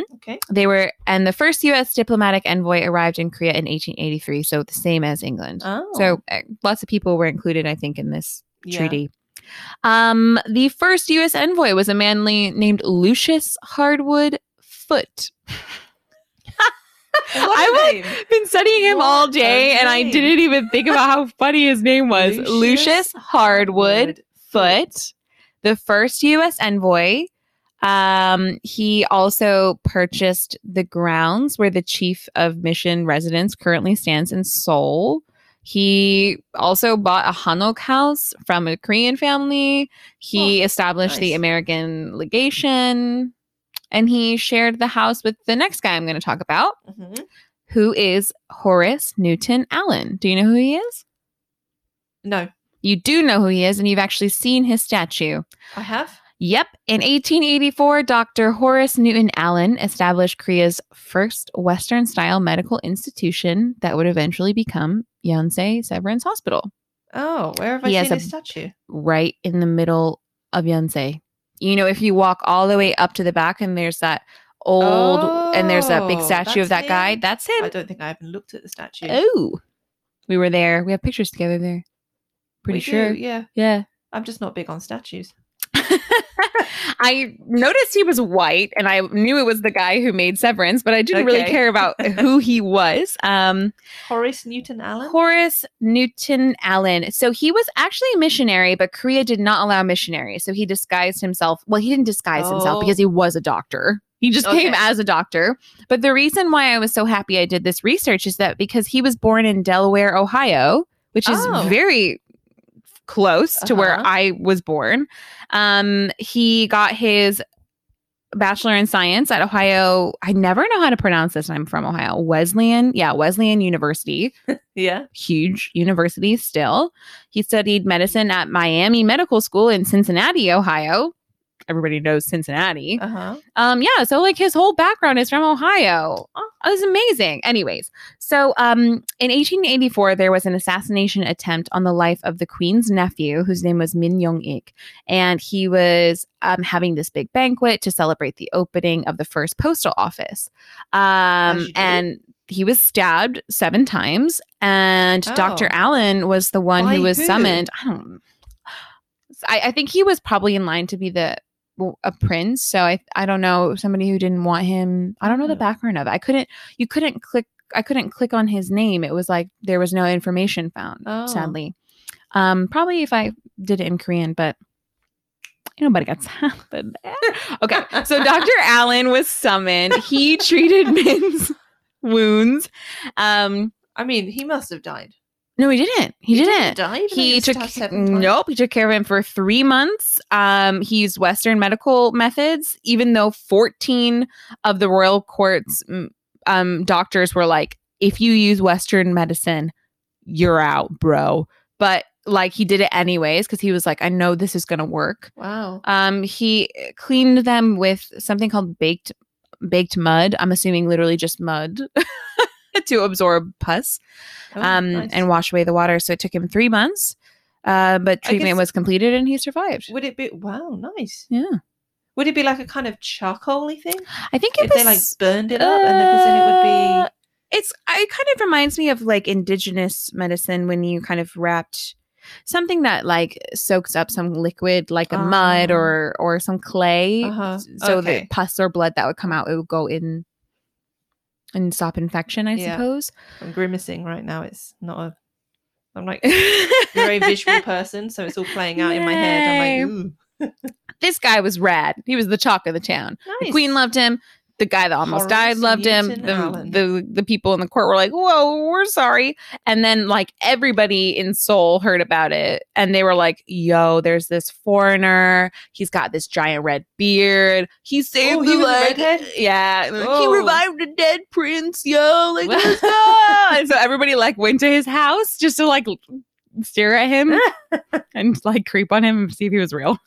Speaker 2: hmm
Speaker 1: Okay.
Speaker 2: they were, and the first U.S. diplomatic envoy arrived in Korea in 1883, so the same as England.
Speaker 1: Oh.
Speaker 2: So uh, lots of people were included, I think, in this
Speaker 1: yeah.
Speaker 2: treaty. Um, the first U.S. envoy was a man le- named Lucius Hardwood Foote.
Speaker 1: What
Speaker 2: I
Speaker 1: a
Speaker 2: would-
Speaker 1: name.
Speaker 2: I've been studying him
Speaker 1: What
Speaker 2: all
Speaker 1: a
Speaker 2: day, and I
Speaker 1: name.
Speaker 2: didn't even think about how funny his name was. Lucius, Hardwood Foote, the first U.S. envoy. Um, he also purchased the grounds where the chief of mission residence currently stands in Seoul. He also bought a Hanok house from a Korean family. He established the
Speaker 1: nice.
Speaker 2: American legation and he shared the house with the next guy I'm going to talk about,
Speaker 1: Mhm.
Speaker 2: who is Horace Newton Allen. Do you know who he is?
Speaker 1: No,
Speaker 2: You do know who he is, and you've actually seen his statue.
Speaker 1: I have.
Speaker 2: Yep. In 1884, Dr. Horace Newton Allen established Korea's first Western style medical institution that would eventually become Yonsei Severance Hospital,
Speaker 1: Oh, where have I
Speaker 2: He has
Speaker 1: seen
Speaker 2: a-
Speaker 1: this statue?
Speaker 2: right in the middle of Yonsei. You know, if you walk all the way up to the back and there's that old, and there's a big
Speaker 1: Oh,
Speaker 2: statue of
Speaker 1: that's
Speaker 2: that guy,
Speaker 1: him.
Speaker 2: that's
Speaker 1: I
Speaker 2: him.
Speaker 1: don't think I even looked at the statue.
Speaker 2: Oh, we were there. We have pictures together there.
Speaker 1: We
Speaker 2: Pretty
Speaker 1: do,
Speaker 2: sure.
Speaker 1: yeah,
Speaker 2: Yeah.
Speaker 1: I'm just not big on statues.
Speaker 2: I noticed he was white and I knew it was the guy who made Severance, but I didn't really
Speaker 1: Okay.
Speaker 2: care about who he was. Um,
Speaker 1: Horace Newton Allen.
Speaker 2: Horace Newton Allen. So he was actually a missionary, but Korea did not allow missionaries. So he disguised himself. Well, he didn't disguise himself
Speaker 1: Oh.
Speaker 2: because he was a doctor. He just came
Speaker 1: Okay.
Speaker 2: as a doctor. But the reason why I was so happy I did this research is that because he was born in Delaware, Ohio, which is
Speaker 1: Oh.
Speaker 2: very close to where
Speaker 1: Uh-huh.
Speaker 2: I was born. Um, he got his bachelor in science at Ohio. I never know how to pronounce this. I'm from Ohio. Wesleyan. Yeah, Wesleyan University
Speaker 1: yeah.
Speaker 2: huge university still. He studied medicine at Miami Medical School in Cincinnati, Ohio. Everybody knows Cincinnati.
Speaker 1: Uh huh.
Speaker 2: Um, yeah, so like his whole background is from Ohio. Oh, It was amazing. Anyways, so um, in 1884, there was an assassination attempt on the life of the Queen's nephew, whose name was Min Young Ik, and he was um, having this big banquet to celebrate the opening of the first postal office.
Speaker 1: you
Speaker 2: Um,
Speaker 1: do.
Speaker 2: and he was stabbed seven times, and Dr.
Speaker 1: Oh.
Speaker 2: Allen was the one who
Speaker 1: By
Speaker 2: was
Speaker 1: who?
Speaker 2: summoned. I don't. I, I think he was probably in line to be the a prince so i i don't know somebody who didn't want him i don't know the
Speaker 1: Hmm.
Speaker 2: background of it i couldn't you couldn't click i couldn't click on his name it was like there was no information found
Speaker 1: Oh.
Speaker 2: sadly um probably if i did it in korean but nobody got something there. okay so dr allen was summoned he treated min's wounds um
Speaker 1: I mean, he must have died.
Speaker 2: no he didn't he, didn't
Speaker 1: die. even though
Speaker 2: he
Speaker 1: was
Speaker 2: took
Speaker 1: stabbed seven times?
Speaker 2: nope he took care of him for three months um he used western medical methods even though 14 of the royal courts mm, um doctors were like if you use western medicine you're out bro but like he did it anyways because he was like i know this is gonna work
Speaker 1: Wow.
Speaker 2: um he cleaned them with something called baked baked mud i'm assuming literally just mud to absorb pus
Speaker 1: Oh,
Speaker 2: um,
Speaker 1: nice. Oh,
Speaker 2: and wash away the water. So it took him three months. Uh, but
Speaker 1: I
Speaker 2: treatment
Speaker 1: guess-
Speaker 2: was completed and he survived.
Speaker 1: Would it be wow, nice?
Speaker 2: Yeah.
Speaker 1: Would it be like a kind of charcoaly thing?
Speaker 2: I think it
Speaker 1: If
Speaker 2: was
Speaker 1: they like burned it up and then, 'cause then it would
Speaker 2: Uh,
Speaker 1: be
Speaker 2: It's it kind of reminds me of like indigenous medicine when you kind of wrapped something that like soaks up some liquid like a mud
Speaker 1: Ah.
Speaker 2: or or some clay
Speaker 1: Uh-huh.
Speaker 2: uh, so the
Speaker 1: Okay.
Speaker 2: pus or blood that would come out it would go in and stop infection I
Speaker 1: Yeah.
Speaker 2: suppose.
Speaker 1: I'm grimacing right now. It's not a I'm like a very visual person, so it's all playing out in my head. I'm like, ooh.
Speaker 2: This guy was rad. He was the talk of the town. The
Speaker 1: nice.
Speaker 2: queen loved him. The guy that almost died
Speaker 1: Horace
Speaker 2: loved him.
Speaker 1: Newton
Speaker 2: The,
Speaker 1: Allen.
Speaker 2: the the people in the court were like, "Whoa, we're sorry." And then like everybody in Seoul heard about it, and they were like, "Yo, there's this foreigner. He's got this giant red beard. He saved
Speaker 1: Oh,
Speaker 2: the
Speaker 1: he was a
Speaker 2: like,
Speaker 1: redhead?
Speaker 2: yeah, Like,
Speaker 1: Oh.
Speaker 2: he revived a dead prince. Yo, like let's go." And so everybody like went to his house just to like stare at him and like creep on him and see if he was real.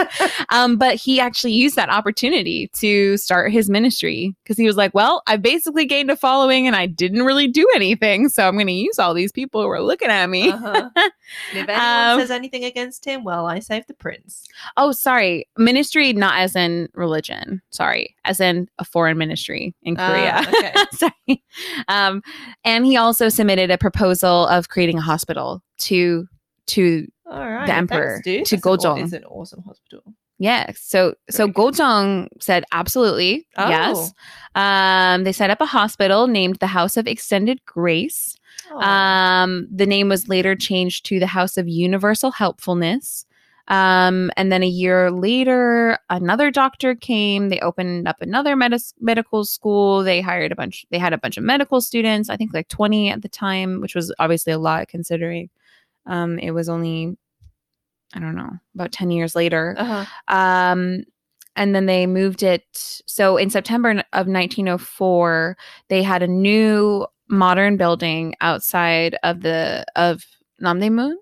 Speaker 2: um, but he actually used that opportunity to start his ministry because he was like, Well, I basically gained a following and I didn't really do anything. So I'm going to use all these people who are looking at me.
Speaker 1: Uh-huh. And if anyone
Speaker 2: Um,
Speaker 1: says anything against him, well, I saved the prince.
Speaker 2: Oh, sorry. Ministry, not as in religion. Sorry. As in a foreign ministry in Korea.
Speaker 1: Ah, okay.
Speaker 2: sorry. Um, and he also submitted a proposal of creating a hospital to to
Speaker 1: All right.
Speaker 2: emperor,
Speaker 1: thanks, dude.
Speaker 2: to
Speaker 1: That's an aw-
Speaker 2: Gojong.
Speaker 1: It's an awesome hospital.
Speaker 2: Yeah. So so
Speaker 1: Very good. Oh.
Speaker 2: Gojong said absolutely yes. Um, they set up a hospital named the House of Extended Grace.
Speaker 1: Oh.
Speaker 2: Um, the name was later changed to the House of Universal Helpfulness. Um, and then a year later, another doctor came. They opened up another medis medical school. They hired a bunch. They had a bunch of medical students. I think like twenty at the time, which was obviously a lot considering um, it was only, I don't know, about ten years later.
Speaker 1: Uh-huh.
Speaker 2: Um, and then they moved it. So in September n- of 1904, they had a new modern building outside of the of Namdaemun.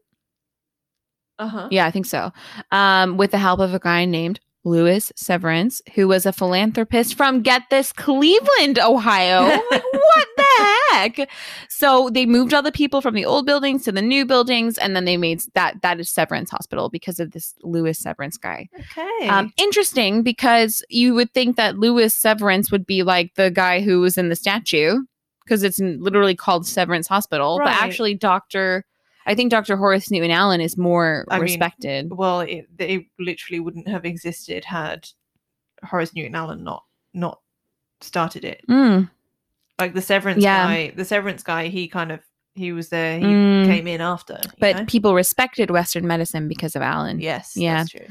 Speaker 1: Uh-huh.
Speaker 2: Yeah, I think so. Um, with the help of a guy named Louis Severance, who was a philanthropist from get this Cleveland, Ohio. Like, what the heck? So they moved all the people from the old buildings to the new buildings, and then they made s- that that is Severance Hospital because of this Louis Severance guy.
Speaker 1: Okay.
Speaker 2: Um, interesting because you would think that Louis Severance would be like the guy who was in the statue because it's n- literally called Severance Hospital,
Speaker 1: Right.
Speaker 2: but actually, Doctor, I think Doctor Horace Newton Allen is more
Speaker 1: I mean,
Speaker 2: respected.
Speaker 1: well, it, they literally wouldn't have existed had Horace Newton Allen not not started it.
Speaker 2: Mm,
Speaker 1: Like the Severance
Speaker 2: Yeah.
Speaker 1: guy, the Severance guy, he kind of he was there. He
Speaker 2: mm.
Speaker 1: came in after. you
Speaker 2: but
Speaker 1: know?
Speaker 2: people respected Western medicine because of Allen.
Speaker 1: yes,
Speaker 2: Yeah.
Speaker 1: that's true.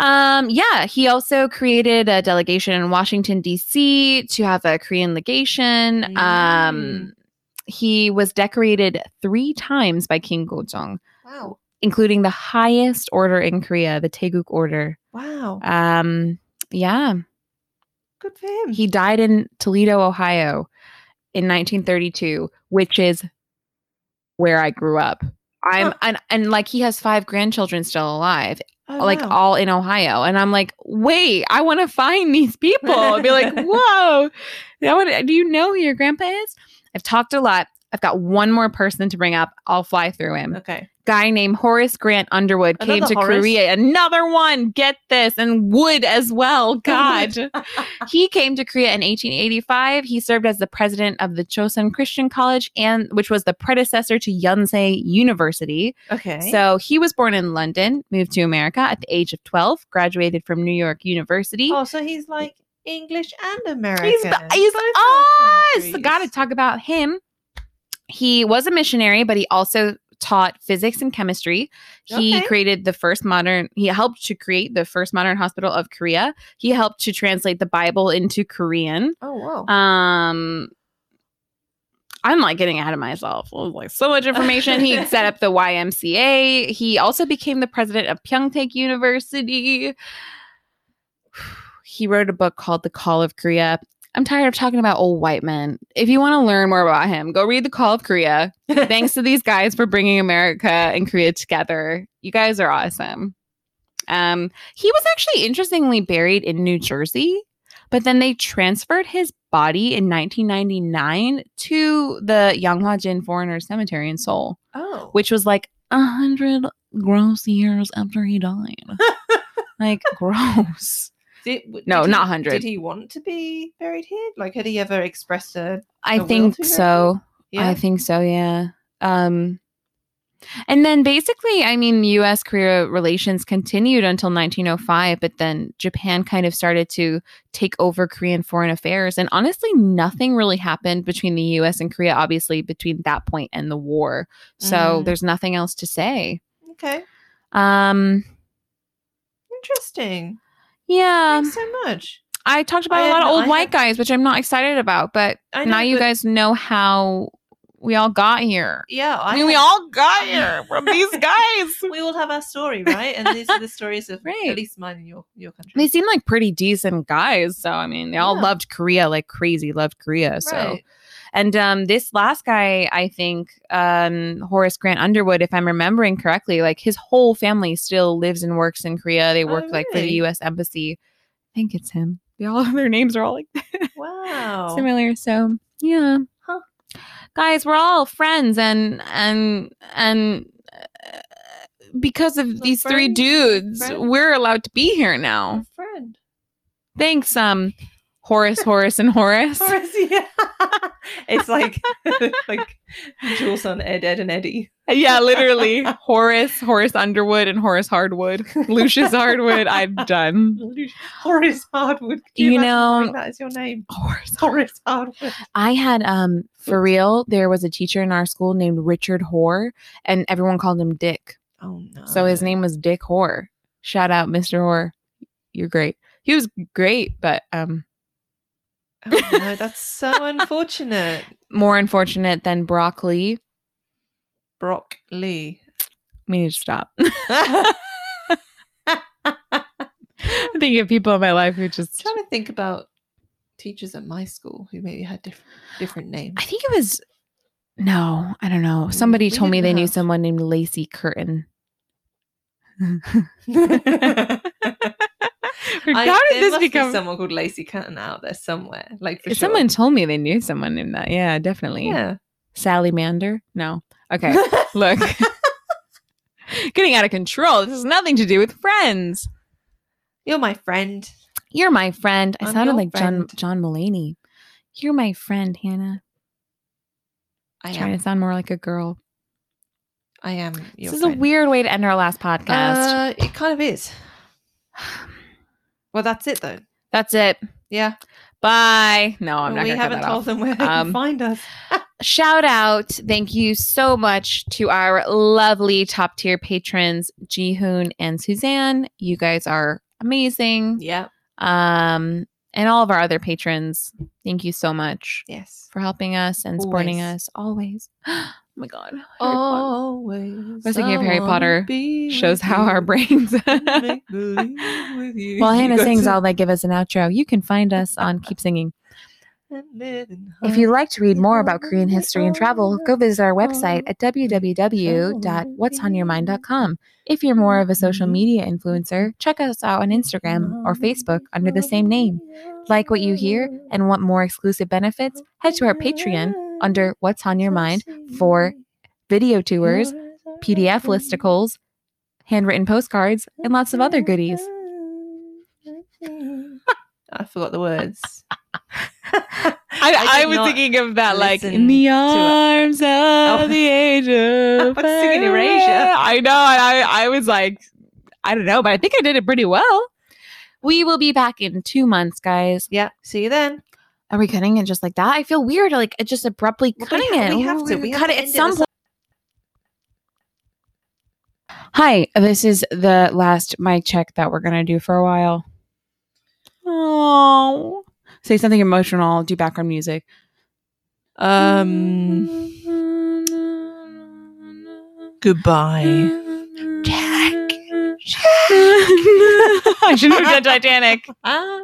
Speaker 2: Um, yeah, he also created a delegation in Washington D.C. to have a Korean legation.
Speaker 1: Mm.
Speaker 2: Um, he was decorated three times by King Gojong.
Speaker 1: Wow,
Speaker 2: including the highest order in Korea, the Taeguk Order.
Speaker 1: wow,
Speaker 2: Um, yeah,
Speaker 1: Hmm. good for him.
Speaker 2: he died in Toledo, Ohio, in 1932, which is where I grew up. I'm
Speaker 1: Huh.
Speaker 2: and, and like he has five grandchildren still alive,
Speaker 1: Oh,
Speaker 2: like
Speaker 1: wow.
Speaker 2: all in Ohio. And I'm like, wait, I want to find these people. I'd be like, whoa, that would, do you know who your grandpa is? I've talked a lot. I've got one more person to bring up. I'll fly through him
Speaker 1: okay.
Speaker 2: guy named Horace Grant Underwood came
Speaker 1: Another
Speaker 2: to
Speaker 1: Horace?
Speaker 2: Korea. Another one, get this, and Wood as well. God. he came to Korea in 1885. He served as the president of the Chosun Christian College and which was the predecessor to Yonsei University.
Speaker 1: Okay.
Speaker 2: So he was born in London, moved to America at the age of 12, graduated from New York University.
Speaker 1: oh, so he's like English and American.
Speaker 2: He's, the, he's
Speaker 1: Both
Speaker 2: us.
Speaker 1: countries.
Speaker 2: Got to talk about him. He was a missionary, but he also taught physics and chemistry. He
Speaker 1: Okay.
Speaker 2: created the first modern. He helped to create the first modern hospital of Korea. He helped to translate the Bible into Korean.
Speaker 1: Oh wow.
Speaker 2: Um. I'm like getting ahead of myself. I was like so much information. He set up the YMCA. He also became the president of Pyeongtaek University. He wrote a book called The Call of Korea. I'm tired of talking about old white men. If you want to learn more about him, go read The Call of Korea. Thanks to these guys for bringing America and Korea together. You guys are awesome. Um, he was actually interestingly buried in New Jersey, but then they transferred his body in 1999 to the Yanghwajin Foreigner Cemetery in Seoul
Speaker 1: oh,
Speaker 2: which was like a hundred gross years after he died. like gross.
Speaker 1: Did, w-
Speaker 2: No,
Speaker 1: did he-
Speaker 2: not 100.
Speaker 1: Did he want to be buried here? Like, had he ever expressed a?
Speaker 2: I
Speaker 1: The will to
Speaker 2: think
Speaker 1: your
Speaker 2: so.
Speaker 1: Yeah.
Speaker 2: I think so, yeah. Um and then basically, I mean, US Korea relations continued until 1905, but then Japan kind of started to take over Korean foreign affairs. And honestly, nothing really happened between the US and Korea, obviously, between that point and the war. So
Speaker 1: Mm.
Speaker 2: there's nothing else to say.
Speaker 1: okay,
Speaker 2: Um,
Speaker 1: interesting.
Speaker 2: yeah.
Speaker 1: Thanks so much.
Speaker 2: I talked about
Speaker 1: I
Speaker 2: a lot
Speaker 1: had-
Speaker 2: of old
Speaker 1: I
Speaker 2: white
Speaker 1: had-
Speaker 2: guys, which I'm not excited about, but
Speaker 1: I know,
Speaker 2: now you
Speaker 1: but-
Speaker 2: guys know how we all got here.
Speaker 1: Yeah,
Speaker 2: I mean, we
Speaker 1: had-
Speaker 2: all got here from these guys.
Speaker 1: we all have our story, right? And these are the stories of
Speaker 2: Right.
Speaker 1: at least mine in your your country.
Speaker 2: They seem like pretty decent guys. So, I mean, they all
Speaker 1: Yeah.
Speaker 2: loved Korea like crazy, loved Korea. So, and um, this last guy, I think, um, Horace Grant Underwood, if I'm remembering correctly, like his whole family still lives and works in Korea. They
Speaker 1: Oh,
Speaker 2: work like for the
Speaker 1: really?
Speaker 2: US Embassy. I think it's him. They all their names are all like
Speaker 1: Wow.
Speaker 2: similar. So yeah,
Speaker 1: Huh.
Speaker 2: guys, we're all friends, and and and uh, because of
Speaker 1: We're
Speaker 2: these three
Speaker 1: friends.
Speaker 2: dudes,
Speaker 1: Friends.
Speaker 2: we're allowed to be here
Speaker 1: A
Speaker 2: now.
Speaker 1: friend.
Speaker 2: Thanks, um, Horace, Horace, and Horace.
Speaker 1: Horace, yeah. it's like like Jules on Ed, Ed and Eddie.
Speaker 2: yeah, literally, Horace, Horace Underwood, and Horace Hardwood, Lucius Hardwood. I'm done.
Speaker 1: Horace Hardwood. Could
Speaker 2: You
Speaker 1: imagine
Speaker 2: know-
Speaker 1: having that is your name.
Speaker 2: Horace.
Speaker 1: Horace Hardwood.
Speaker 2: I had um for real. There was a teacher in our school named Richard Hoare, and everyone called him Dick.
Speaker 1: Oh no.
Speaker 2: So his name was Dick Hoare. Shout out, Mr. Hoare. You're great. He was great, but um,
Speaker 1: Oh, no, that's so unfortunate.
Speaker 2: more unfortunate than Brock Lee.
Speaker 1: Brock Lee.
Speaker 2: We need to stop. I think of people in my life who just.
Speaker 1: trying to think about teachers at my school who maybe had different different names.
Speaker 2: I think it was. No, I don't know. Somebody
Speaker 1: we
Speaker 2: told me
Speaker 1: didn't
Speaker 2: they knew
Speaker 1: have-
Speaker 2: someone named Lacey Curtin.
Speaker 1: I-
Speaker 2: How
Speaker 1: there
Speaker 2: did this
Speaker 1: must be
Speaker 2: become?
Speaker 1: someone called Lacey Canton out there somewhere? Like for sure.
Speaker 2: Someone told me they knew someone named that. Yeah, definitely.
Speaker 1: Yeah.
Speaker 2: Sally Mander? No. Okay. Look. Getting out of control. This has nothing to do with friends.
Speaker 1: You're my friend.
Speaker 2: You're my friend. I
Speaker 1: I'm
Speaker 2: sounded
Speaker 1: your
Speaker 2: like John
Speaker 1: friend.
Speaker 2: John Mulaney. You're my friend, Hannah.
Speaker 1: I
Speaker 2: Trying
Speaker 1: am.
Speaker 2: to sound more like a girl.
Speaker 1: I am. Your
Speaker 2: this is
Speaker 1: friend.
Speaker 2: a weird way to end our last podcast.
Speaker 1: Uh, it kind of is. Well, that's it though.
Speaker 2: That's it.
Speaker 1: Yeah.
Speaker 2: Bye. No, Oh, I'm not
Speaker 1: we
Speaker 2: going to cut
Speaker 1: haven't
Speaker 2: that
Speaker 1: told
Speaker 2: off.
Speaker 1: them where they
Speaker 2: Um,
Speaker 1: can find us.
Speaker 2: Shout out. Thank you so much to our lovely top tier patrons, Jihoon and Suzanne. You guys are amazing.
Speaker 1: Yeah.
Speaker 2: um, and all of our other patrons. Thank you so much
Speaker 1: Yes.
Speaker 2: for helping us and supporting
Speaker 1: Always.
Speaker 2: us always. oh my God. Harry Potter
Speaker 1: Always.
Speaker 2: I was thinking of Harry Potter Shows how our
Speaker 1: brain.
Speaker 2: brains. While Hannah sings, I'll like give us an outro. You can find us on Keep Singing. If you'd like to read more about Korean history and travel, go visit our website at www.whatsonyourmind.com. If you're more of a social media influencer, check us out on Instagram or Facebook under the same name. Like what you hear and want more exclusive benefits? Head to our Patreon under What's on Your Mind for video tours, PDF listicles, handwritten postcards, and lots of other goodies.
Speaker 1: I forgot the words.
Speaker 2: I,
Speaker 1: I
Speaker 2: I,
Speaker 1: did
Speaker 2: was
Speaker 1: not
Speaker 2: thinking of that like
Speaker 1: listen
Speaker 2: in the
Speaker 1: to it.
Speaker 2: arms
Speaker 1: Oh.
Speaker 2: of the angel.
Speaker 1: I was singing Erasure.
Speaker 2: I know. and I I was like, I don't know, but I think I did it pretty well. We will be back in two months, guys.
Speaker 1: yeah. See you then.
Speaker 2: Are we cutting it just like that? I feel weird, like it just abruptly
Speaker 1: Well, but
Speaker 2: cutting
Speaker 1: yeah,
Speaker 2: it.
Speaker 1: we have to.
Speaker 2: Ooh,
Speaker 1: We have
Speaker 2: cut
Speaker 1: to
Speaker 2: it at
Speaker 1: end it
Speaker 2: some
Speaker 1: at
Speaker 2: point. Hi, this is the last mic check that we're gonna do for a while. Oh, say something emotional. I'll do background music.
Speaker 1: Um. Goodbye.
Speaker 2: Jack. Jack. I should have done Titanic.
Speaker 1: Ah.